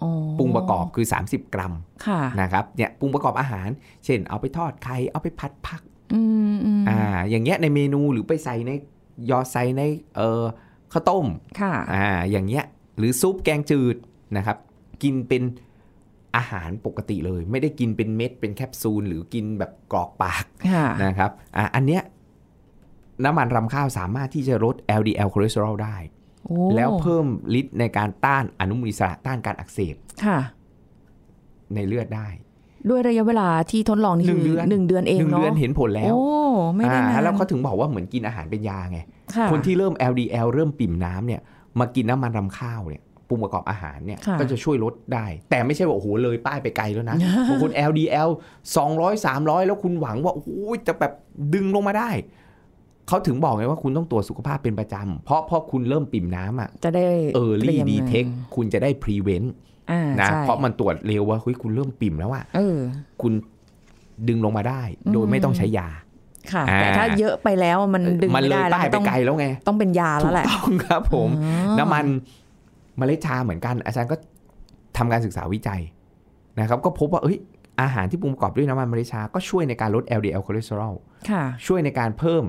[SPEAKER 3] อ๋อ
[SPEAKER 2] ปรุงประกอบคือ 30 กรัม
[SPEAKER 3] ค่ะ
[SPEAKER 2] นะครับเนี่ยปรุงประกอบอาหาร เช่น เอาไปทอดไข่เอาไปผัดผัก
[SPEAKER 3] อืมอืม
[SPEAKER 2] อ่าอย่างเงี้ยในเมนูหรือไปใส่ในยอใส่ในเอ่อข้าวต้ม
[SPEAKER 3] ค่ะ
[SPEAKER 2] อ่าอย่างเงี้ยหรือซุปแกงจืดนะครับ กินเป็นอาหารปกติเลย ไม่ได้กินเป็นเม็ดเป็นแคปซูล หรือกินแบบกรอกปาก
[SPEAKER 3] ค่ะ
[SPEAKER 2] นะครับอ่ะอันเนี้ยน้ำมันรำข้าวสามารถที่จะลด LDL คอเลสเตอรอลได้
[SPEAKER 3] โอ้
[SPEAKER 2] แล้วเพิ่มฤทธิ์ในการต้านอนุมูลอิสระต้านการอักเสบ
[SPEAKER 3] ค่ะ
[SPEAKER 2] ในเลือดได้
[SPEAKER 3] ด้วยระยะเวลาที่ทดลองนี่คือหนึ่งเดือนเอง
[SPEAKER 2] หนึ่ง
[SPEAKER 3] เนาะ
[SPEAKER 2] เดือนเห็นผลแล้ว
[SPEAKER 3] โอ้ไม่ได้นา
[SPEAKER 2] อ่าน แล้วเขาถึงบอกว่าเหมือนกินอาหารเป็นยาไง
[SPEAKER 3] ะ
[SPEAKER 2] คนที่เริ่ม LDL เริ่มปิ่มน้ำเนี่ยมากินน้ำมันรำข้าวเนี่ยปรุงประกอบอาหารเนี่ย
[SPEAKER 3] ค่ะ
[SPEAKER 2] ก็จะช่วยลดได้ แต่ไม่ใช่ว่าโอ้โหเลยป้ายไปไกล
[SPEAKER 3] [laughs]
[SPEAKER 2] แล้วนะ บางคน LDL 200 300 แล้วคุณหวังว่าโอ้ยจะแบบดึงลงมาได้ เขาถึงบอกไงว่าคุณต้องตรวจสุขภาพเป็นประจำเพราะพอคุณเริ่มปิ่มน้ำอ่ะ
[SPEAKER 3] จะได้
[SPEAKER 2] early
[SPEAKER 3] ตยม
[SPEAKER 2] detect คุณจะได้ prevent
[SPEAKER 3] อ่า
[SPEAKER 2] นะ
[SPEAKER 3] ใช่
[SPEAKER 2] เพราะมันตรวจเร็วว่าเฮ้ยคุณเริ่มปิ่มแล้วอ่ะ
[SPEAKER 3] เออ
[SPEAKER 2] คุณดึงลงมาได้ โดยไม่ต้องใช้ยา
[SPEAKER 3] ค่ะ
[SPEAKER 2] อ่า
[SPEAKER 3] แต่ถ้าเยอะไปแล้วมันดึง
[SPEAKER 2] มัน
[SPEAKER 3] ไม่
[SPEAKER 2] เลย
[SPEAKER 3] ได้
[SPEAKER 2] ป้า
[SPEAKER 3] แล้ว
[SPEAKER 2] ย
[SPEAKER 3] มัน
[SPEAKER 2] ไป
[SPEAKER 3] ต้อง
[SPEAKER 2] ไกลแล้วไง
[SPEAKER 3] ต้องเป็นยาแล้วแหละ
[SPEAKER 2] ถูกต้องครับผม น้ำมันเมล็ดชาเหมือนกัน อาจารย์ก็ทำการศึกษาวิจัยนะครับ ก็พบว่าเอ้ยอาหารที่ปรุงประกอบด้วยน้ำมันเมล็ดชาก็ช่วยในการลด LDL คอเลสเตอรอล
[SPEAKER 3] ค่ะ
[SPEAKER 2] ช่วยในการเพิ่ม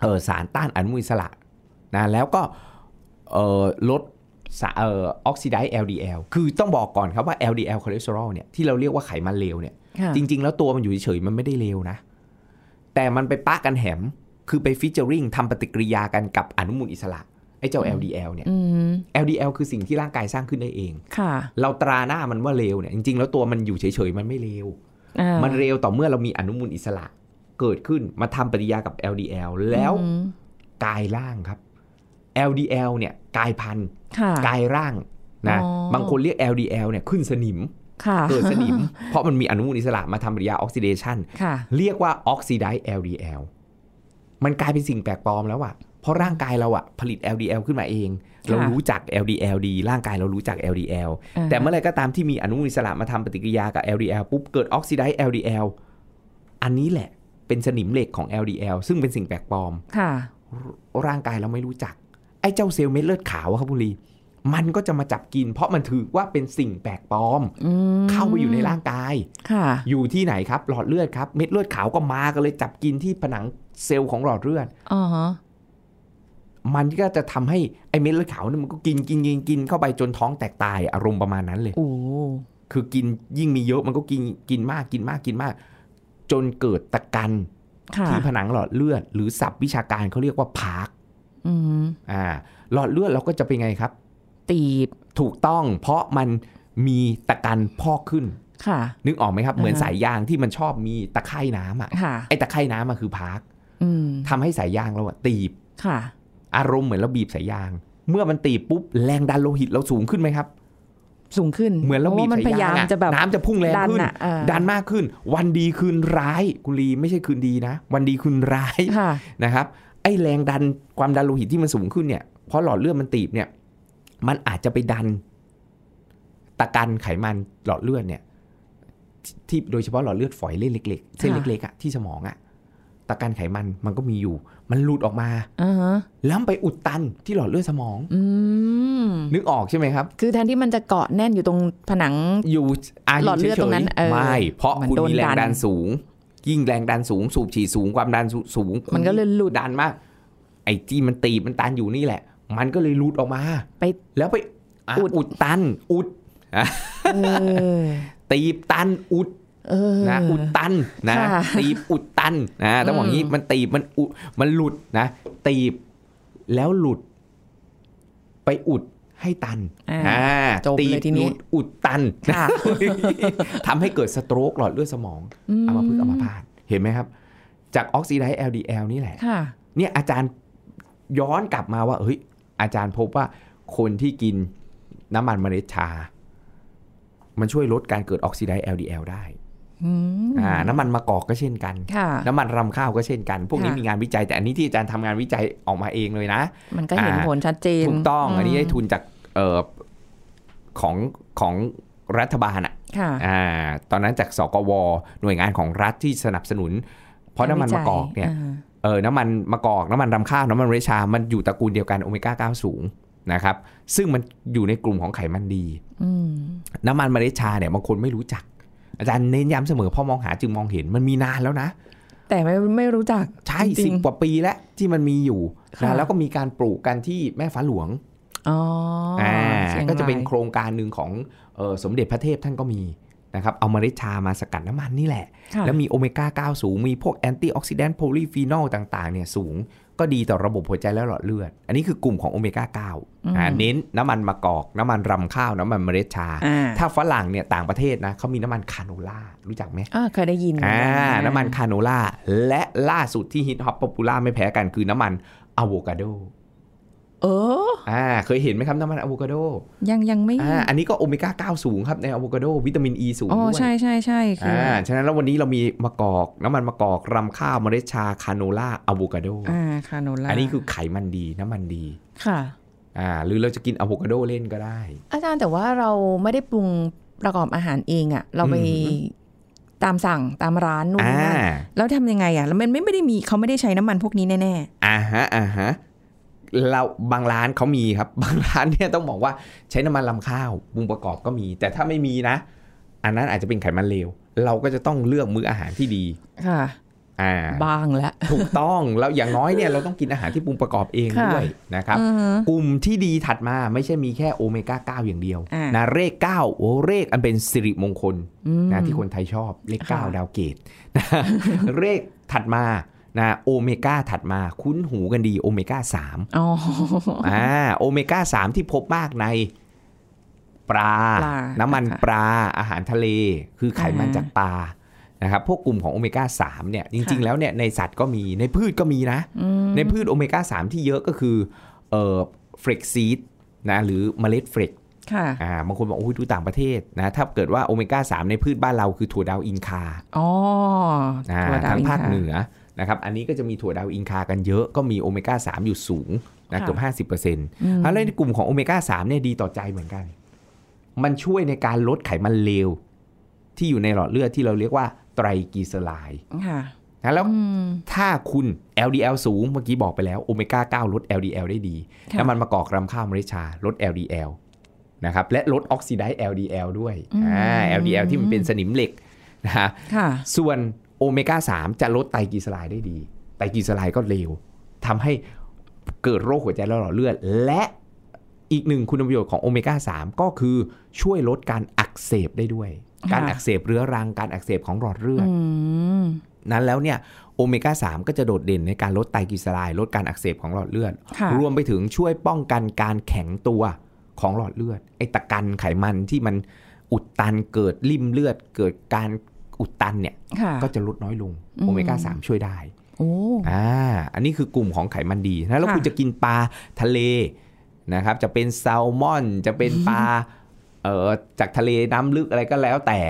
[SPEAKER 2] เอ่อสารต้านอนุมูลอิสระนะแล้วก็เอ่อลดสาเออกซิไดซ์ LDL คือต้องบอกก่อนครับว่า LDL คอเลสเตอรอลเนี่ยที่เราเรียกว่าไขมันเลวเนี่ย
[SPEAKER 3] ค่ะ
[SPEAKER 2] จริง ๆ แล้วตัวมันอยู่เฉยๆมันไม่ได้เลวนะ แต่มันไปปะกันแหม คือไปฟิชเจอริงทำปฏิกิริยากันกับอนุมูลอิสระ ไอ้เจ้า LDL เนี่ย
[SPEAKER 3] อืม
[SPEAKER 2] LDL คือสิ่งที่ร่างกายสร้างขึ้นได้เอง
[SPEAKER 3] ค่ะ
[SPEAKER 2] เราตราหน้ามันว่าเลวเนี่ยจริง ๆ แล้วตัวมันอยู่เฉยๆมันไม่เลว
[SPEAKER 3] อ่า
[SPEAKER 2] มันเลวต่อเมื่อเรามีอนุมูลอิสระ เกิดขึ้นมาทำปฏิกิริยากับ LDL แล้ว
[SPEAKER 3] อืม
[SPEAKER 2] กลายร่างครับ LDL เนี่ยกลายพันธุ์
[SPEAKER 3] ค่ะ
[SPEAKER 2] กลายร่างนะ
[SPEAKER 3] อ๋อ
[SPEAKER 2] บางคนเรียก LDL เนี่ยขึ้นสนิม
[SPEAKER 3] ค่ะ
[SPEAKER 2] เกิดสนิม เพราะมันมีอนุมูลอิสระมาทำปฏิกิริยาออกซิเดชัน
[SPEAKER 3] ค่ะ
[SPEAKER 2] เรียกว่าออกซิไดซ์ LDL มันกลายเป็นสิ่งแปลกปลอมแล้วอะเพราะร่างกายเราอะผลิต LDL ขึ้นมาเอง เรารู้จัก LDL ดี ร่างกายเรารู้จัก LDL
[SPEAKER 3] อ่า
[SPEAKER 2] แต่เมื่อไหรก็ตามที่มีอนุมูลอิสระมาทำปฏิกิริยากับ LDL ปุ๊บ เกิดออกซิไดซ์ LDL อันนี้แหละเป็นสนิมเหล็กของ LDL ซึ่งเป็นสิ่งแปลกปลอม
[SPEAKER 3] ค่ะ
[SPEAKER 2] ร่างกายเราไม่รู้จัก ไอ้เจ้าเซลล์เม็ดเลือดขาวอะครับบุรีมันก็จะมาจับกิน เพราะมันถือว่าเป็นสิ่งแปลกปลอม
[SPEAKER 3] อืม
[SPEAKER 2] เข้าไปอยู่ในร่างกาย
[SPEAKER 3] ค่ะ
[SPEAKER 2] อยู่ที่ไหนครับ หลอดเลือดครับ เม็ดเลือดขาวก็มากันเลยจับกินที่ผนังเซลล์ของหลอดเลือด
[SPEAKER 3] อ๋อฮะ
[SPEAKER 2] มันก็จะทำให้ไอ้เม็ดเลือดขาวเนี่ยมันก็กินกินกินกินเข้าไปจนท้องแตกตายอารมณ์ประมาณนั้นเลย
[SPEAKER 3] โอ้
[SPEAKER 2] คือกินยิ่งมีเยอะมันก็กินกินมากกินมากกินมาก จนเกิดตะกัน
[SPEAKER 3] ค่ะ
[SPEAKER 2] ที่ผนังหลอดเลือด หรือศัพท์วิชาการเขาเรียกว่าพาร์ก
[SPEAKER 3] อืม
[SPEAKER 2] อ่าหลอดเลือดเราก็จะเป็นไงครับ
[SPEAKER 3] ตีบ
[SPEAKER 2] ถูกต้องเพราะมันมีตะกันพอกขึ้น
[SPEAKER 3] ค่ะ
[SPEAKER 2] นึกออกไหมครับเหมือน
[SPEAKER 3] อ่าฮะ
[SPEAKER 2] สายยางที่มันชอบมีตะไคร่น้ำอ่ะ
[SPEAKER 3] ค่ะ
[SPEAKER 2] ไอ้ตะไคร่น้ำอะคือพาร์ก
[SPEAKER 3] อืม
[SPEAKER 2] ทำให้สายยางเราอะตีบ
[SPEAKER 3] ค่ะ
[SPEAKER 2] อารมณ์เหมือนเราบีบสายยาง เมื่อมันตีบปุ๊บแรงดันโลหิตเราสูงขึ้นไหมครับ
[SPEAKER 3] สูงขึ้น
[SPEAKER 2] เหมือนเรา
[SPEAKER 3] พะ
[SPEAKER 2] บี
[SPEAKER 3] ว่
[SPEAKER 2] บ
[SPEAKER 3] มัน
[SPEAKER 2] สา
[SPEAKER 3] พยา
[SPEAKER 2] ยาย
[SPEAKER 3] ยาม
[SPEAKER 2] งอ
[SPEAKER 3] จะแบบ
[SPEAKER 2] น้ำจะพุ่งแรง
[SPEAKER 3] ดัน
[SPEAKER 2] ขึ้น
[SPEAKER 3] อ่ะเออ
[SPEAKER 2] ดันมากขึ้น วันดีคืนร้ายกุลีไม่ใช่คืนดีนะ วันดีคืนร้าย
[SPEAKER 3] ค่ะ
[SPEAKER 2] นะครับ ไอ้แรงดันความดันโลหิตที่มันสูงขึ้นเนี่ยเพราะหลอดเลือดมันตีบเนี่ย มันอาจจะไปดัน ตะกันไขมันหลอดเลือดเนี่ย ที่โดยเฉพาะหลอดเลือดฝอยเล็กๆเส้น
[SPEAKER 3] ค่ะ
[SPEAKER 2] เล็กๆอะที่สมองอะตะกันไขมันมันก็มีอยู่ มันหลุดออกมา
[SPEAKER 3] อ่าฮะ
[SPEAKER 2] แล้วไปอุดตันที่หลอดเลือดสมอง
[SPEAKER 3] อืม
[SPEAKER 2] นึกออกใช่ไหมครับ
[SPEAKER 3] คือแทนที่มันจะเกาะแน่นอยู่ตรงผนัง
[SPEAKER 2] อยู่ะ
[SPEAKER 3] หลอดเลือด
[SPEAKER 2] ฉยๆ
[SPEAKER 3] ตรงนั้นเออ
[SPEAKER 2] ไม่เพราะ
[SPEAKER 3] มัน
[SPEAKER 2] คุณ
[SPEAKER 3] โดน
[SPEAKER 2] มีแรง
[SPEAKER 3] ดั
[SPEAKER 2] ดัน
[SPEAKER 3] น
[SPEAKER 2] สูง ยิ่งแรงดันสูง สูบฉีดสูงความดันสูง
[SPEAKER 3] มันก็เลยหลุด
[SPEAKER 2] ดันมาก ไอ้ที่มันตีบมันตันอยู่นี่แหละ มันก็เลยหลุดออกมา
[SPEAKER 3] ไป
[SPEAKER 2] แล้วไปะ
[SPEAKER 3] อุด
[SPEAKER 2] อุดตัน อุด
[SPEAKER 3] เออ
[SPEAKER 2] ตีบตันอุด
[SPEAKER 3] เออ
[SPEAKER 2] นะอุดตันนะ
[SPEAKER 3] ค่ะ
[SPEAKER 2] ตีบอุดตันนะต้องบอกอย่างนี้
[SPEAKER 3] อืม
[SPEAKER 2] มันตีบมันอุดมันหลุดนะตีบแล้วหลุด ไปอุดให้ตัน
[SPEAKER 3] อ่า
[SPEAKER 2] อ่า
[SPEAKER 3] จบเลย
[SPEAKER 2] ตีบ
[SPEAKER 3] ทีนี้
[SPEAKER 2] หดอุดตัน [laughs]
[SPEAKER 3] ค่ะ
[SPEAKER 2] ทำให้เกิดสโตรกหลอดเลือดสมอง
[SPEAKER 3] อืม
[SPEAKER 2] อามาพึกษ์อามาพาตเห็นไหมครับ จากออกซิไดซ์ LDL นี่แหละ
[SPEAKER 3] ค่ะ
[SPEAKER 2] เนี่ยอาจารย์ย้อนกลับมาว่าเฮ้ยอาจารย์พบว่า คนที่กินน้ำมันเมล็ดชา มันช่วยลดการเกิดออกซิไดซ์ LDL ได้
[SPEAKER 3] อืม
[SPEAKER 2] อ่าน้ำมันมะกอกก็เช่นกัน
[SPEAKER 3] ค่ะ
[SPEAKER 2] น้ำมันรำข้าวก็เช่นกัน พวกนี้
[SPEAKER 3] ค่ะ
[SPEAKER 2] มีงานวิจัย แต่อันนี้ที่อาจารย์ทำงานวิจัยออกมาเองเลยนะ
[SPEAKER 3] มันก็เห็น
[SPEAKER 2] อ่า
[SPEAKER 3] ผลชัดเจน
[SPEAKER 2] ถูกต้อง อันนี้ได้
[SPEAKER 3] ม
[SPEAKER 2] ทุนจากเออของของรัฐบาลอะ
[SPEAKER 3] ค่ะ
[SPEAKER 2] อ่า ตอนนั้นจากสกว หน่วยงานของรัฐที่สนับสนุน เพราะน้ำมันมะกอกเนี่ย เออ น้ำมันมะกอก น้ำมันรำข้าว น้ำมันเรชา มันอยู่ตระกูลเดียวกันโอเมก้า 9 สูงนะครับ ซึ่งมันอยู่ในกลุ่มของไขมันดี
[SPEAKER 3] อืม
[SPEAKER 2] น้ำมันเมล็ดชาเนี่ยบางคนไม่รู้จัก อาจารย์เน้นย้ำเสมอเพ่อมองหาจึงมองเห็น มันมีนานแล้วนะ
[SPEAKER 3] แต่ไม่ไม่รู้จัก
[SPEAKER 2] ใช่
[SPEAKER 3] จ
[SPEAKER 2] สิ
[SPEAKER 3] ริ
[SPEAKER 2] บ
[SPEAKER 3] ง
[SPEAKER 2] กว่าปีแล้วที่มันมีอยู่
[SPEAKER 3] ค่ะ
[SPEAKER 2] นะแล้วก็มีการปลูกกันที่แม่ฟ้าหลวง
[SPEAKER 3] ๆอ๋ออ่
[SPEAKER 2] า
[SPEAKER 3] ชียง
[SPEAKER 2] ก็จะเป็น
[SPEAKER 3] ราย
[SPEAKER 2] โครงการหนึ่งของเออสมเด็จพระเทพท่านก็มีนะครับเอาเมล็ดชามาสกัดน้ำมันนี่แหละ
[SPEAKER 3] ค่ะ
[SPEAKER 2] แล้วมีโอเมก้า 9 สูง มีพวกแอนตี้ออกซิแดนต์โพลีฟีนอลต่างๆเนี่ยสูงก็ดีต่อระบบหัวใจและหลอดเลือด อันนี้คือกลุ่มของโอเมก้า 9อ่าเน้นน้ำมันมะกอก น้ำมันรำข้าว น้ำมันเมล็ดชา
[SPEAKER 3] อ่า
[SPEAKER 2] ถ้าฝรั่งเนี่ยต่างประเทศนะเขามีน้ำมันคาโนล่ารู้จักไหม
[SPEAKER 3] อ่าเคยได้ยิน
[SPEAKER 2] อ่า
[SPEAKER 3] ะ
[SPEAKER 2] น้ำมันคาโนล่าและล่าสุดที่ฮิตฮอปป๊อปปูล่าไม่แพ้กันคือน้ำมันอะโวคาโด
[SPEAKER 3] เออ
[SPEAKER 2] อ่าเคยเห็นไหมครับน้ำมันอะโวคาโด
[SPEAKER 3] ยังยังไม่
[SPEAKER 2] อ่าอันนี้ก็โอเมก้า 9 สูงครับในอะโวคาโดวิตามินอ e ีสูง
[SPEAKER 3] อ๋อ
[SPEAKER 2] ด้วย
[SPEAKER 3] ใช่ใช่ใช่คือ
[SPEAKER 2] อ่า
[SPEAKER 3] อ
[SPEAKER 2] ฉะนั้นแล้ววันนี้เรามีมะกอก น้ำมันมะกอก รำข้าวเมล็ดชาคาโนล่าอะโวคาโด
[SPEAKER 3] อ่าคาโนล่า
[SPEAKER 2] อันนี้คือไขมันดีน้ำมันดี
[SPEAKER 3] ค่ะ
[SPEAKER 2] อ่าหรือเราจะกินอะโวคาโดเล่นก็ได้
[SPEAKER 3] อาจารย์แต่ว่าเราไม่ได้ปรุงประกอบอาหารเองอะ่ะ เราไป
[SPEAKER 2] อืม
[SPEAKER 3] ตามสั่งตามร้านนู่น
[SPEAKER 2] อ่า
[SPEAKER 3] นี่นั่นแล้วทำยังไงอะ่ะแล้วมันไม่ไม่ได้มีเขาไม่ได้ใช้น้ำมันพวกนี้แน่
[SPEAKER 2] อ่าฮะอ่าฮะเราบางร้านเขามีครับ [laughs] บางร้านเนี่ยต้องบอกว่าใช้น้ำมันลำข้าวปรุงประกอบก็มี แต่ถ้าไม่มีนะ อันนั้นอาจจะเป็นไขมันเลว เราก็จะต้องเลือกมื้ออาหารที่ดี
[SPEAKER 3] ๆค่ะ
[SPEAKER 2] อ่า
[SPEAKER 3] บางแล้ว
[SPEAKER 2] [laughs] ถูกต้องแล้วอย่างน้อยเนี่ยเราต้องกินอาหารที่ปรุงประกอบเอง
[SPEAKER 3] ค่ะ
[SPEAKER 2] ด้วยนะครับ
[SPEAKER 3] อือฮึ
[SPEAKER 2] กลุ่มที่ดีถัดมาไม่ใช่มีแค่โอเมก้า 9 อย่างเดียว
[SPEAKER 3] อ่าน
[SPEAKER 2] นะเลข9โอ้เลขอันเป็นสิริมงคล
[SPEAKER 3] อืม
[SPEAKER 2] นะที่คนไทยชอบเลข
[SPEAKER 3] ค่ะ
[SPEAKER 2] เก้าดาวเกตนะเลขถัดมานะโอเมก้าถัดมาคุ้นหูกันดีโอเมก้าสาม
[SPEAKER 3] อ๋อ
[SPEAKER 2] อ่าโอเมก้าสามที่พบมากในปลา
[SPEAKER 3] ปลา
[SPEAKER 2] น้ำมัน
[SPEAKER 3] ค่ะ
[SPEAKER 2] ปลาอาหารทะเล คือไขมัน
[SPEAKER 3] อ่า
[SPEAKER 2] จากปลานะครับพวกกลุ่มของโอเมก้าสามเนี่ยจริง ๆ
[SPEAKER 3] ค่ะ
[SPEAKER 2] แล้วเนี่ยในสัตว์ก็มีในพืชก็มีนะ
[SPEAKER 3] อืม
[SPEAKER 2] ในพืชโอเมก้าสามที่เยอะก็คือเอ่อเฟรกซีดนะหรือเมล็ดเฟรก
[SPEAKER 3] ค่ะ
[SPEAKER 2] อ่าบางคนบอกโอ้ยดูต่างประเทศนะถ้าเกิดว่าโอเมก้า 3 ในพืชบ้านเราคือถั่วดาวอินคา
[SPEAKER 3] อ๋อ
[SPEAKER 2] อ่า
[SPEAKER 3] ถั่วดว
[SPEAKER 2] ทั้ง
[SPEAKER 3] อิ
[SPEAKER 2] ภาค
[SPEAKER 3] ค่ะ
[SPEAKER 2] เหนือนะครับอันนี้ก็จะมีถั่วดาวอินคากันเยอะก็มีโอเมก้า 3 อยู่สูงนะ
[SPEAKER 3] ค่ะ
[SPEAKER 2] เกือบห้าสิบเปอร์เซ็นต์
[SPEAKER 3] อืม
[SPEAKER 2] แล้วในกลุ่มของโอเมก้า 3 เนี่ยดีต่อใจเหมือนกัน มันช่วยในการลดไขมันเลว ที่อยู่ในหลอดเลือดที่เราเรียกว่าไตรกลีเซอไรด์
[SPEAKER 3] ค่ะ
[SPEAKER 2] นะแล้ว
[SPEAKER 3] อืม
[SPEAKER 2] ถ้าคุณ LDL สูงเมื่อกี้บอกไปแล้วโอเมก้า 9 ลด LDL ได้ดี
[SPEAKER 3] ค่ะ
[SPEAKER 2] น้ำมันมะกอกรำข้าวมะริชาลด LDL นะครับและลดออกซิไดซ์ LDL ด้วย
[SPEAKER 3] อืม
[SPEAKER 2] อ่า LDL ที่มันเป็นสนิมเหล็กนะฮะ
[SPEAKER 3] ค่ะ
[SPEAKER 2] ส่วนโอเมก้า 3 จะลดไตรกลีเซอไรด์ได้ดี ไตรกลีเซอไรด์ก็เร็วทำให้เกิดโรคหัวใจและหลอดเลือด และอีกหนึ่งคุณประโยชน์ของโอเมก้า 3 ก็คือช่วยลดการอักเสบได้ด้วย
[SPEAKER 3] ค่ะ
[SPEAKER 2] การอักเสบเรื้อรังการอักเสบของหลอดเลือด
[SPEAKER 3] อืม
[SPEAKER 2] นั้นแล้วเนี่ยโอเมก้า 3 ก็จะโดดเด่นในการลดไตรกลีเซอไรด์ลดการอักเสบของหลอดเลือด
[SPEAKER 3] ค่ะ
[SPEAKER 2] รวมไปถึงช่วยป้องกันการแข็งตัวของหลอดเลือด ไอตะกันไขมันที่มันอุดตันเกิดริ่มเลือด เกิดการอุดตันเนี่ย
[SPEAKER 3] ค่ะ
[SPEAKER 2] ก็จะลดน้อยลง
[SPEAKER 3] อืม
[SPEAKER 2] โอเมก้า 3 ช่วยได้
[SPEAKER 3] โอ้
[SPEAKER 2] อ่าอันนี้คือกลุ่มของไขมันดีนะแล้ว
[SPEAKER 3] ค่ะ
[SPEAKER 2] คุณจะกินปลาทะเลนะครับจะเป็นแซลมอน จะเป็นปลาเอ่อจากทะเลน้ำลึกอะไรก็แล้วแต่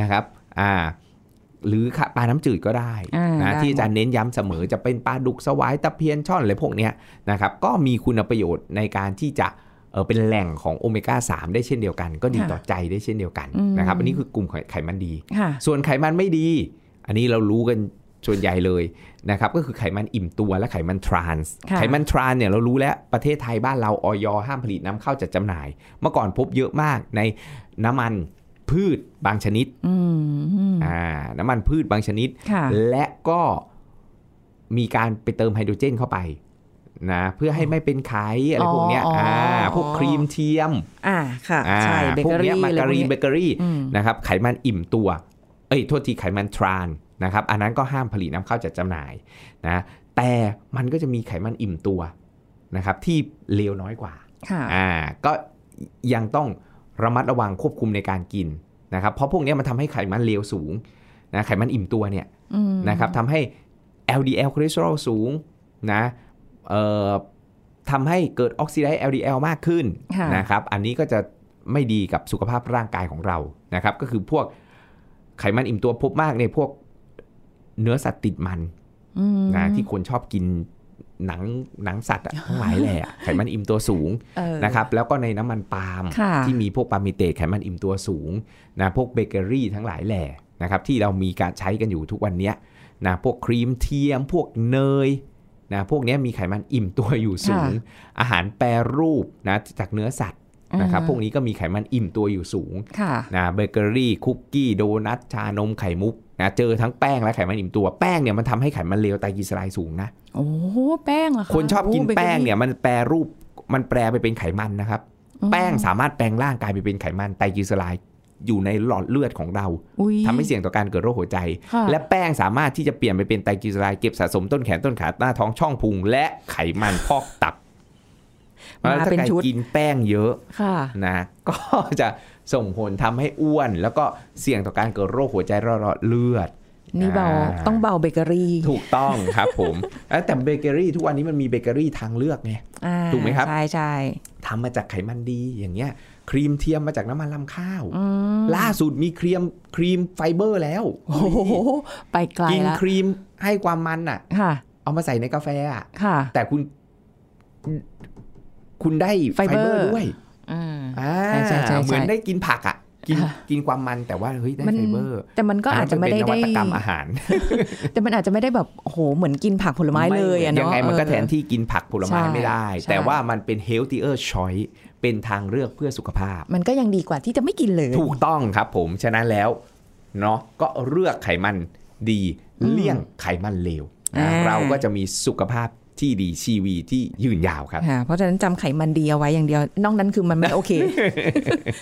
[SPEAKER 2] นะครับอ่าหรือค่ะปลาน้ำจืดก็ได้
[SPEAKER 3] อ่า
[SPEAKER 2] นะ
[SPEAKER 3] ได้
[SPEAKER 2] ที่อาจารย์เน้นย้ำเสมอจะเป็นปลาดุกสวายตะเพียนช่อนอะไรพวกเนี้ยนะครับก็มีคุณประโยชน์ในการที่จะเอ่อเป็นแหล่งของโอเมก้า 3 ได้เช่นเดียวกัน ก็ดี
[SPEAKER 3] ค่ะ
[SPEAKER 2] ต่อใจได้เช่นเดียวกัน
[SPEAKER 3] อืม
[SPEAKER 2] นะครับอันนี้คือกลุ่มไขไขมันดี
[SPEAKER 3] ค่ะ
[SPEAKER 2] ส่วนไขมันไม่ดี อันนี้เรารู้กันส่วนใหญ่เลยนะครับก็คือไขมันอิ่มตัวและไขมันทรานส์
[SPEAKER 3] ค่ะ
[SPEAKER 2] ไขมันทรานส์เนี่ยเรารู้แล้วประเทศไทยบ้านเราออยห้ามผลิตน้ำเข้าจัดจำหน่าย เมื่อก่อนพบเยอะมากในน้ำมันพืชบางชนิด
[SPEAKER 3] อืมอืม
[SPEAKER 2] อ่าน้ำมันพืชบางชนิด
[SPEAKER 3] ค่ะ
[SPEAKER 2] และก็มีการไปเติมไฮโดรเจนเข้าไปนะเพื่อให้ไม่เป็นไขอะไรพวกเนี้ย
[SPEAKER 3] อ๋ออ๋อ
[SPEAKER 2] อ่า
[SPEAKER 3] อ๋อ
[SPEAKER 2] พวกครีมเทียม
[SPEAKER 3] อ่าค่ะ
[SPEAKER 2] อ่า
[SPEAKER 3] ใช่เบ
[SPEAKER 2] พว
[SPEAKER 3] เก
[SPEAKER 2] ก
[SPEAKER 3] อ
[SPEAKER 2] เนี้
[SPEAKER 3] รี่
[SPEAKER 2] ยมา
[SPEAKER 3] อะไร
[SPEAKER 2] การีน
[SPEAKER 3] พวก
[SPEAKER 2] เบ
[SPEAKER 3] นี้
[SPEAKER 2] เกอรี่
[SPEAKER 3] อืม
[SPEAKER 2] นะครับไขมันอิ่มตัว เอ้ยโทษทีไขมันทรานนะครับอันนั้นก็ห้ามผลิตน้ำเข้าจัดจำหน่ายนะแต่มันก็จะมีไขมันอิ่มตัวนะครับที่เลวน้อยกว่า
[SPEAKER 3] ค่ะ
[SPEAKER 2] อ่าก็ยังต้องระมัดระวังควบคุมในการกินนะครับ เพราะพวกเนี้ยมันทำให้ไขมันเลวสูงนะไขมันอิ่มตัวเนี่ย
[SPEAKER 3] อืม
[SPEAKER 2] นะครับทำให้ LDL คอเลสเตอรอลสูงนะเอ่อ ทำให้เกิดออกซิไดซ์ LDL มากขึ้น
[SPEAKER 3] ค่ะ
[SPEAKER 2] นะครับ อันนี้ก็จะไม่ดีกับสุขภาพร่างกายของเรานะครับ ก็คือพวกไขมันอิ่มตัวพบมากในพวกเนื้อสัตว์ติดมัน
[SPEAKER 3] อืม
[SPEAKER 2] นะที่คนชอบกินหนังหนังสัตว์อะทั้งหลายแห
[SPEAKER 3] [laughs]
[SPEAKER 2] ละไขมันอิ่มตัวสูง
[SPEAKER 3] เออ
[SPEAKER 2] นะครับแล้วก็ในน้ำมันปาล์ม
[SPEAKER 3] ค่ะ
[SPEAKER 2] ที่มีพวกปาล์มิเตตไขมันอิ่มตัวสูงนะพวกเบเกอรี่ทั้งหลายแหล่นะครับที่เรามีการใช้กันอยู่ทุกวันเนี้ยนะพวกครีมเทียม พวกเนยนะพวกเนี้ยมีไขมันอิ่มตัวอยู่สูง อาหารแปรรูปนะจากเนื้อสัตว์นะครับพวกนี้ก็มีไขมันอิ่มตัวอยู่สูง
[SPEAKER 3] ค่ะ
[SPEAKER 2] นะเบเกอรี่คุกกี้โดนัทชานมไข่มุกนะเจอทั้งแป้งและไขมันอิ่มตัวแป้งเนี่ยมันทำให้ไขมันเลวไตรกลีเซอไรด์สูงนะ
[SPEAKER 3] โอ้โหแป้งเหรอคะ
[SPEAKER 2] คนชอบกิน
[SPEAKER 3] โ
[SPEAKER 2] แป้งเนี่ยมันแปรรูปมันแปรไปเป็นไขมันนะครับ แป้งสามารถแปลงร่างกลายไปเป็นไขมันไตรกลีเซอไรด์อยู่ในหลอดเลือดของเรา
[SPEAKER 3] อุ๊ย
[SPEAKER 2] ทำให้เสี่ยงต่อการเกิดโรคหัวใจ
[SPEAKER 3] ค่ะ
[SPEAKER 2] และแป้งสามารถที่จะเปลี่ยนไปเป็นไตรกลีเซอไรด์เก็บสะสมต้นแขนต้นขาหน้าท้องช่องพุง และไขมันพอกตับเพ
[SPEAKER 3] มา
[SPEAKER 2] ราะฉะนั้นถ้า
[SPEAKER 3] เป็น
[SPEAKER 2] ใคร
[SPEAKER 3] ชุด
[SPEAKER 2] กินแป้งเยอะ
[SPEAKER 3] ค่ะ
[SPEAKER 2] นะ [laughs] ก็จะส่งผลทำให้อ้วน แล้วก็เสี่ยงต่อการเกิดโรคหัวใจและหลอดเลือด
[SPEAKER 3] นี่เบา
[SPEAKER 2] อ่า
[SPEAKER 3] ต้องเบาเบเกอรี่
[SPEAKER 2] ถูกต้องครับผม [laughs] เอ้ยแต่เบเกอรี่ทุกวันนี้มันมีเบเกอรี่ทางเลือกไง
[SPEAKER 3] อ่า
[SPEAKER 2] ถูกไหมครับ
[SPEAKER 3] ใช่ใช่
[SPEAKER 2] ทำมาจากไขมันดีอย่างเงี้ย ครีมเทียมมาจากน้ำมันลำข้าว
[SPEAKER 3] อืม
[SPEAKER 2] ล่าสุดมีครีมครีมไฟเบอร์แล้ว
[SPEAKER 3] โอ้โหไปไกล
[SPEAKER 2] กิน
[SPEAKER 3] ละ
[SPEAKER 2] ครีมให้ความมันอ่ะ
[SPEAKER 3] ค่ะ
[SPEAKER 2] เอามาใส่ในกาแฟอ่ะ
[SPEAKER 3] ค่ะ
[SPEAKER 2] แต่คุณคุณคุณได้ไฟเบอ
[SPEAKER 3] ไฟเบอร์
[SPEAKER 2] ร์ด้วย
[SPEAKER 3] อืม
[SPEAKER 2] อ่า
[SPEAKER 3] ใช่ใช่ใช่
[SPEAKER 2] เหมือนได้กินผักอ่ะ กิน
[SPEAKER 3] ค่ะ
[SPEAKER 2] กินความมันแต่ว่าเฮ้ยได้
[SPEAKER 3] มัน
[SPEAKER 2] ไฟเบอร์
[SPEAKER 3] แต่มันก็อาจจะไม่ได้
[SPEAKER 2] นนั้นน
[SPEAKER 3] ได้
[SPEAKER 2] เป็นนวัตกรรมอาหาร
[SPEAKER 3] แต่มันอาจจะไม่ได้แบบโอ้โหเหมือนกินผักผลไม้เลยอะเนาะ
[SPEAKER 2] ยังไงมันก็แทนที่กินผักผลไม้
[SPEAKER 3] ใช่
[SPEAKER 2] ไม่ได้
[SPEAKER 3] ใช่
[SPEAKER 2] แต่ว่ามันเป็น healthier choice เป็นทางเลือกเพื่อสุขภาพ
[SPEAKER 3] มันก็ยังดีกว่าที่จะไม่กินเลย
[SPEAKER 2] ถูกต้องครับผม ฉะนั้นแล้วเนาะก็เลือกไขมันดี เลี่ยงไขมันเลวนะ
[SPEAKER 3] อ่า
[SPEAKER 2] เราก็จะมีสุขภาพที่ดีชีวีที่ยืนยาวครับ
[SPEAKER 3] ค่ะเพราะฉะนั้นจำไขมันดีเอาไว้อย่างเดียว นอกนั้นคือมันไม่โอเค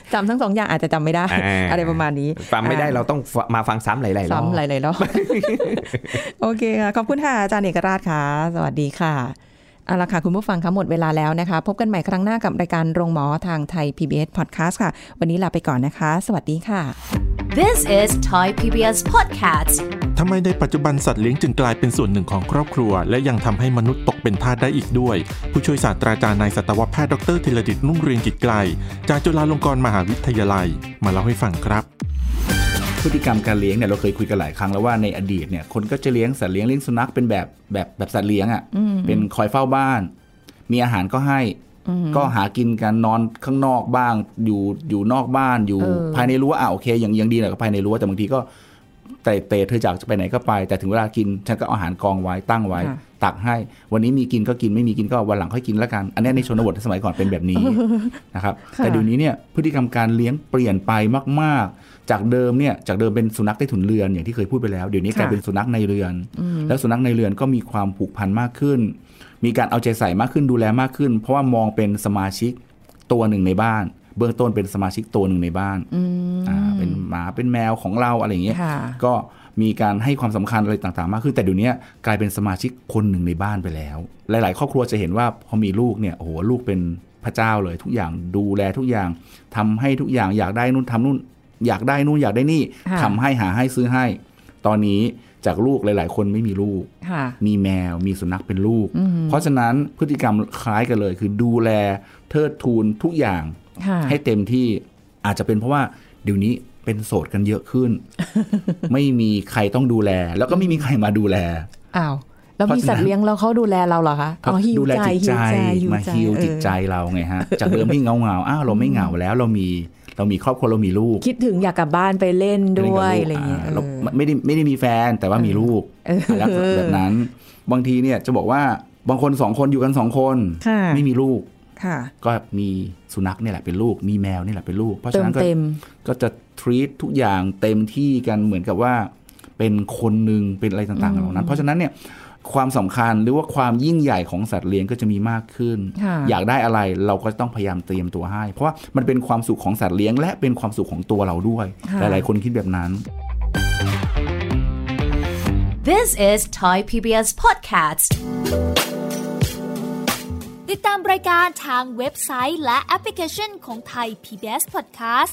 [SPEAKER 3] [laughs] จำทั้งสองอย่างอาจจะจำไม่ได้
[SPEAKER 2] อ่า
[SPEAKER 3] อะไรประมาณนี้
[SPEAKER 2] ฟังไม่ได้
[SPEAKER 3] อ่า
[SPEAKER 2] เราต้องมาฟังซ้ำหลายๆรอบ
[SPEAKER 3] ซ้ำหลายๆรอบ โอเคค่ะ ขอบคุณค่ะอาจารย์เอกราชค่ะ สวัสดีค่ะเอาละค่ะ คุณผู้ฟังคะหมดเวลาแล้วนะคะ พบกันใหม่ครั้งหน้ากับรายการโรงหมอทางไทย PBS Podcast ค่ะ วันนี้ลาไปก่อนนะคะ สวัสดีค่ะ
[SPEAKER 1] This is Thai PBS Podcast.
[SPEAKER 5] ทำไมในปัจจุบันสัตว์เลี้ยงจึงกลายเป็นส่วนหนึ่งของครอบครัว และยังทำให้มนุษย์ตกเป็นทาสได้อีกด้วย ผู้ช่วยศาสตราจารย์นายสัตวแพทย์ดรธีรดิตนุ่งเรืองกิจไกล จากจุฬาลงกรณ์มหาวิทยาลัย มาเล่าให้ฟังครับ
[SPEAKER 6] พฤติกรรมการเลี้ยงเนี่ยเราเคยคุยกันหลายครั้งแล้วว่าในอดีตเนี่ยคนก็จะเลี้ยงสัตว์เลี้ยงเลี้ยงสุนัขเป็นแบบแบบแบบสัตว์เลี้ยงอะ่ะเป็นคอยเฝ้าบ้าน มีอาหารก็ให้ก็หากินกันนอนข้างนอกบ้าง อยู่อยู่นอกบ้านอยู่
[SPEAKER 3] เออ
[SPEAKER 6] ภายในรั้วอ่ะโอเคยังยังดีหน่อยก็ภายในรั้วแต่บางทีก็แต่เตะเธอจากจะไปไหนก็ไป แต่ถึงเวลากินฉันก็เอาอาหารกองไว้ตั้งไว้
[SPEAKER 3] ค่ะ
[SPEAKER 6] ตักให้ วันนี้มีกินก็กินไม่มีกินก็วันหลังค่อยกินละกัน อันนี้ในชนบทสมัยก่อนเป็นแบบนี้ นะครับ
[SPEAKER 3] ค่ะ
[SPEAKER 6] แต่เดี๋ยวนี้เนี่ยพฤติกรรมการเลี้ยงเปลี่ยนไปมาก ๆ จากเดิมเนี่ยจากเดิมเป็นสุนัขใต้ถุนเรือนอย่างที่เคยพูดไปแล้วเดี๋ยวนี้กลายเป็นสุนัขในเรือน แล้วสุนัขในเรือนก็มีความผูกพันมากขึ้น มีการเอาใจใส่มากขึ้นดูแลมากขึ้น เพราะว่ามองเป็นสมาชิกตัวหนึ่งในบ้าน เบื้องต้นเป็นสมาชิกตัวหนึ่งในบ้าน
[SPEAKER 3] อืม
[SPEAKER 6] อ่าเป็นหมาเป็นแมวของเราอะไรอย่างเงี้ย
[SPEAKER 3] ค่ะ
[SPEAKER 6] ก็มีการให้ความสำคัญอะไรต่างๆ มากขึ้น แต่เดี๋ยวนี้กลายเป็นสมาชิกคนหนึ่งในบ้านไปแล้ว หลาย ๆ ครอบครัวจะเห็นว่าพอมีลูกเนี่ยโอ้โหลูกเป็นพระเจ้าเลย ทุกอย่างดูแลทุกอย่างทำให้ทุกอย่างอยากได้นู่นทำนู่น อยากได้นู่นอยากได้นี่
[SPEAKER 3] ค่ะ
[SPEAKER 6] ทำให้หาให้ซื้อให้ ตอนนี้จากลูกหลาย ๆ คนไม่มีลูก
[SPEAKER 3] ค่ะ
[SPEAKER 6] มีแมวมีสุนัขเป็นลูก เพราะฉะนั้นพฤติกรรมคล้ายกันเลย คือดูแลเทิดทูนทุกอย่าง
[SPEAKER 3] ค่ะ
[SPEAKER 6] ให้เต็มที่อาจจะเป็นเพราะว่าเดี๋ยวนี้เป็นโสดกันเยอะขึ้
[SPEAKER 3] [laughs]
[SPEAKER 6] น ไม่มีใครต้องดูแล แล้วก็ไม่มีใครมาดูแล
[SPEAKER 3] อ้าว แล้ว
[SPEAKER 6] เพ
[SPEAKER 3] มี
[SPEAKER 6] ราะฉะนั้น
[SPEAKER 3] สัตว์เลี้ยงแล้วเขาดูแลเราเหรอคะอ๋อหิว
[SPEAKER 6] ดูแล
[SPEAKER 3] ใจ
[SPEAKER 6] จิต
[SPEAKER 3] หิวใจ
[SPEAKER 6] ใจ
[SPEAKER 3] หิว
[SPEAKER 6] มา
[SPEAKER 3] ใจ
[SPEAKER 6] ฮิว
[SPEAKER 3] เออ
[SPEAKER 6] จิตใจเราไงฮะ จากเดิมที่เงาเงาๆอ้าวเราไม่เหงาแล้วเรามีเรามีครอบครัวเรามีลูก
[SPEAKER 3] คิดถึงอยากกลับบ้านไปเล่นด้วย
[SPEAKER 6] ม่
[SPEAKER 3] อะไรอย่างเงี้ย
[SPEAKER 6] า
[SPEAKER 3] เอ
[SPEAKER 6] เรา
[SPEAKER 3] อ
[SPEAKER 6] ไม่ได้ไม่ได้มีแฟนแต่ว่ามีลูก
[SPEAKER 3] เออ
[SPEAKER 6] แล้วแบบนั้น บางทีเนี่ยจะบอกว่าบางคนสองคนอยู่กันสองคน
[SPEAKER 3] ค่ะ
[SPEAKER 6] ไม่มีลูก
[SPEAKER 3] ค่ะ
[SPEAKER 6] ก็มีสุนัขเนี่ยแหละเป็นลูก มีแมวเนี่ยแหละเป็นลูก เพราะ
[SPEAKER 3] เติ
[SPEAKER 6] ฉะ
[SPEAKER 3] ม
[SPEAKER 6] นั้นก็
[SPEAKER 3] เต็ม
[SPEAKER 6] ก็จะ treat ทุกอย่างเต็มที่กันเหมือนกับว่า เป็นคนหนึ่งเป็นอะไรต่างๆเหล่านั้น เพราะฉะนั้นเนี่ยความสำคัญหรือว่าความยิ่งใหญ่ของสัตว์เลี้ยงก็จะมีมากขึ้น
[SPEAKER 3] ค่ะ
[SPEAKER 6] อยากได้อะไรเราก็ต้องพยายามเตรียมตัวให้ เพราะว่ามันเป็นความสุขของสัตว์เลี้ยง และเป็นความสุขของตัวเราด้วย หลายๆคนคิดแบบนั้น
[SPEAKER 1] This is Thai PBS Podcast.
[SPEAKER 7] ติดตามรายการทางเว็บไซต์และแอปพลิเคชันของไทย PBS Podcast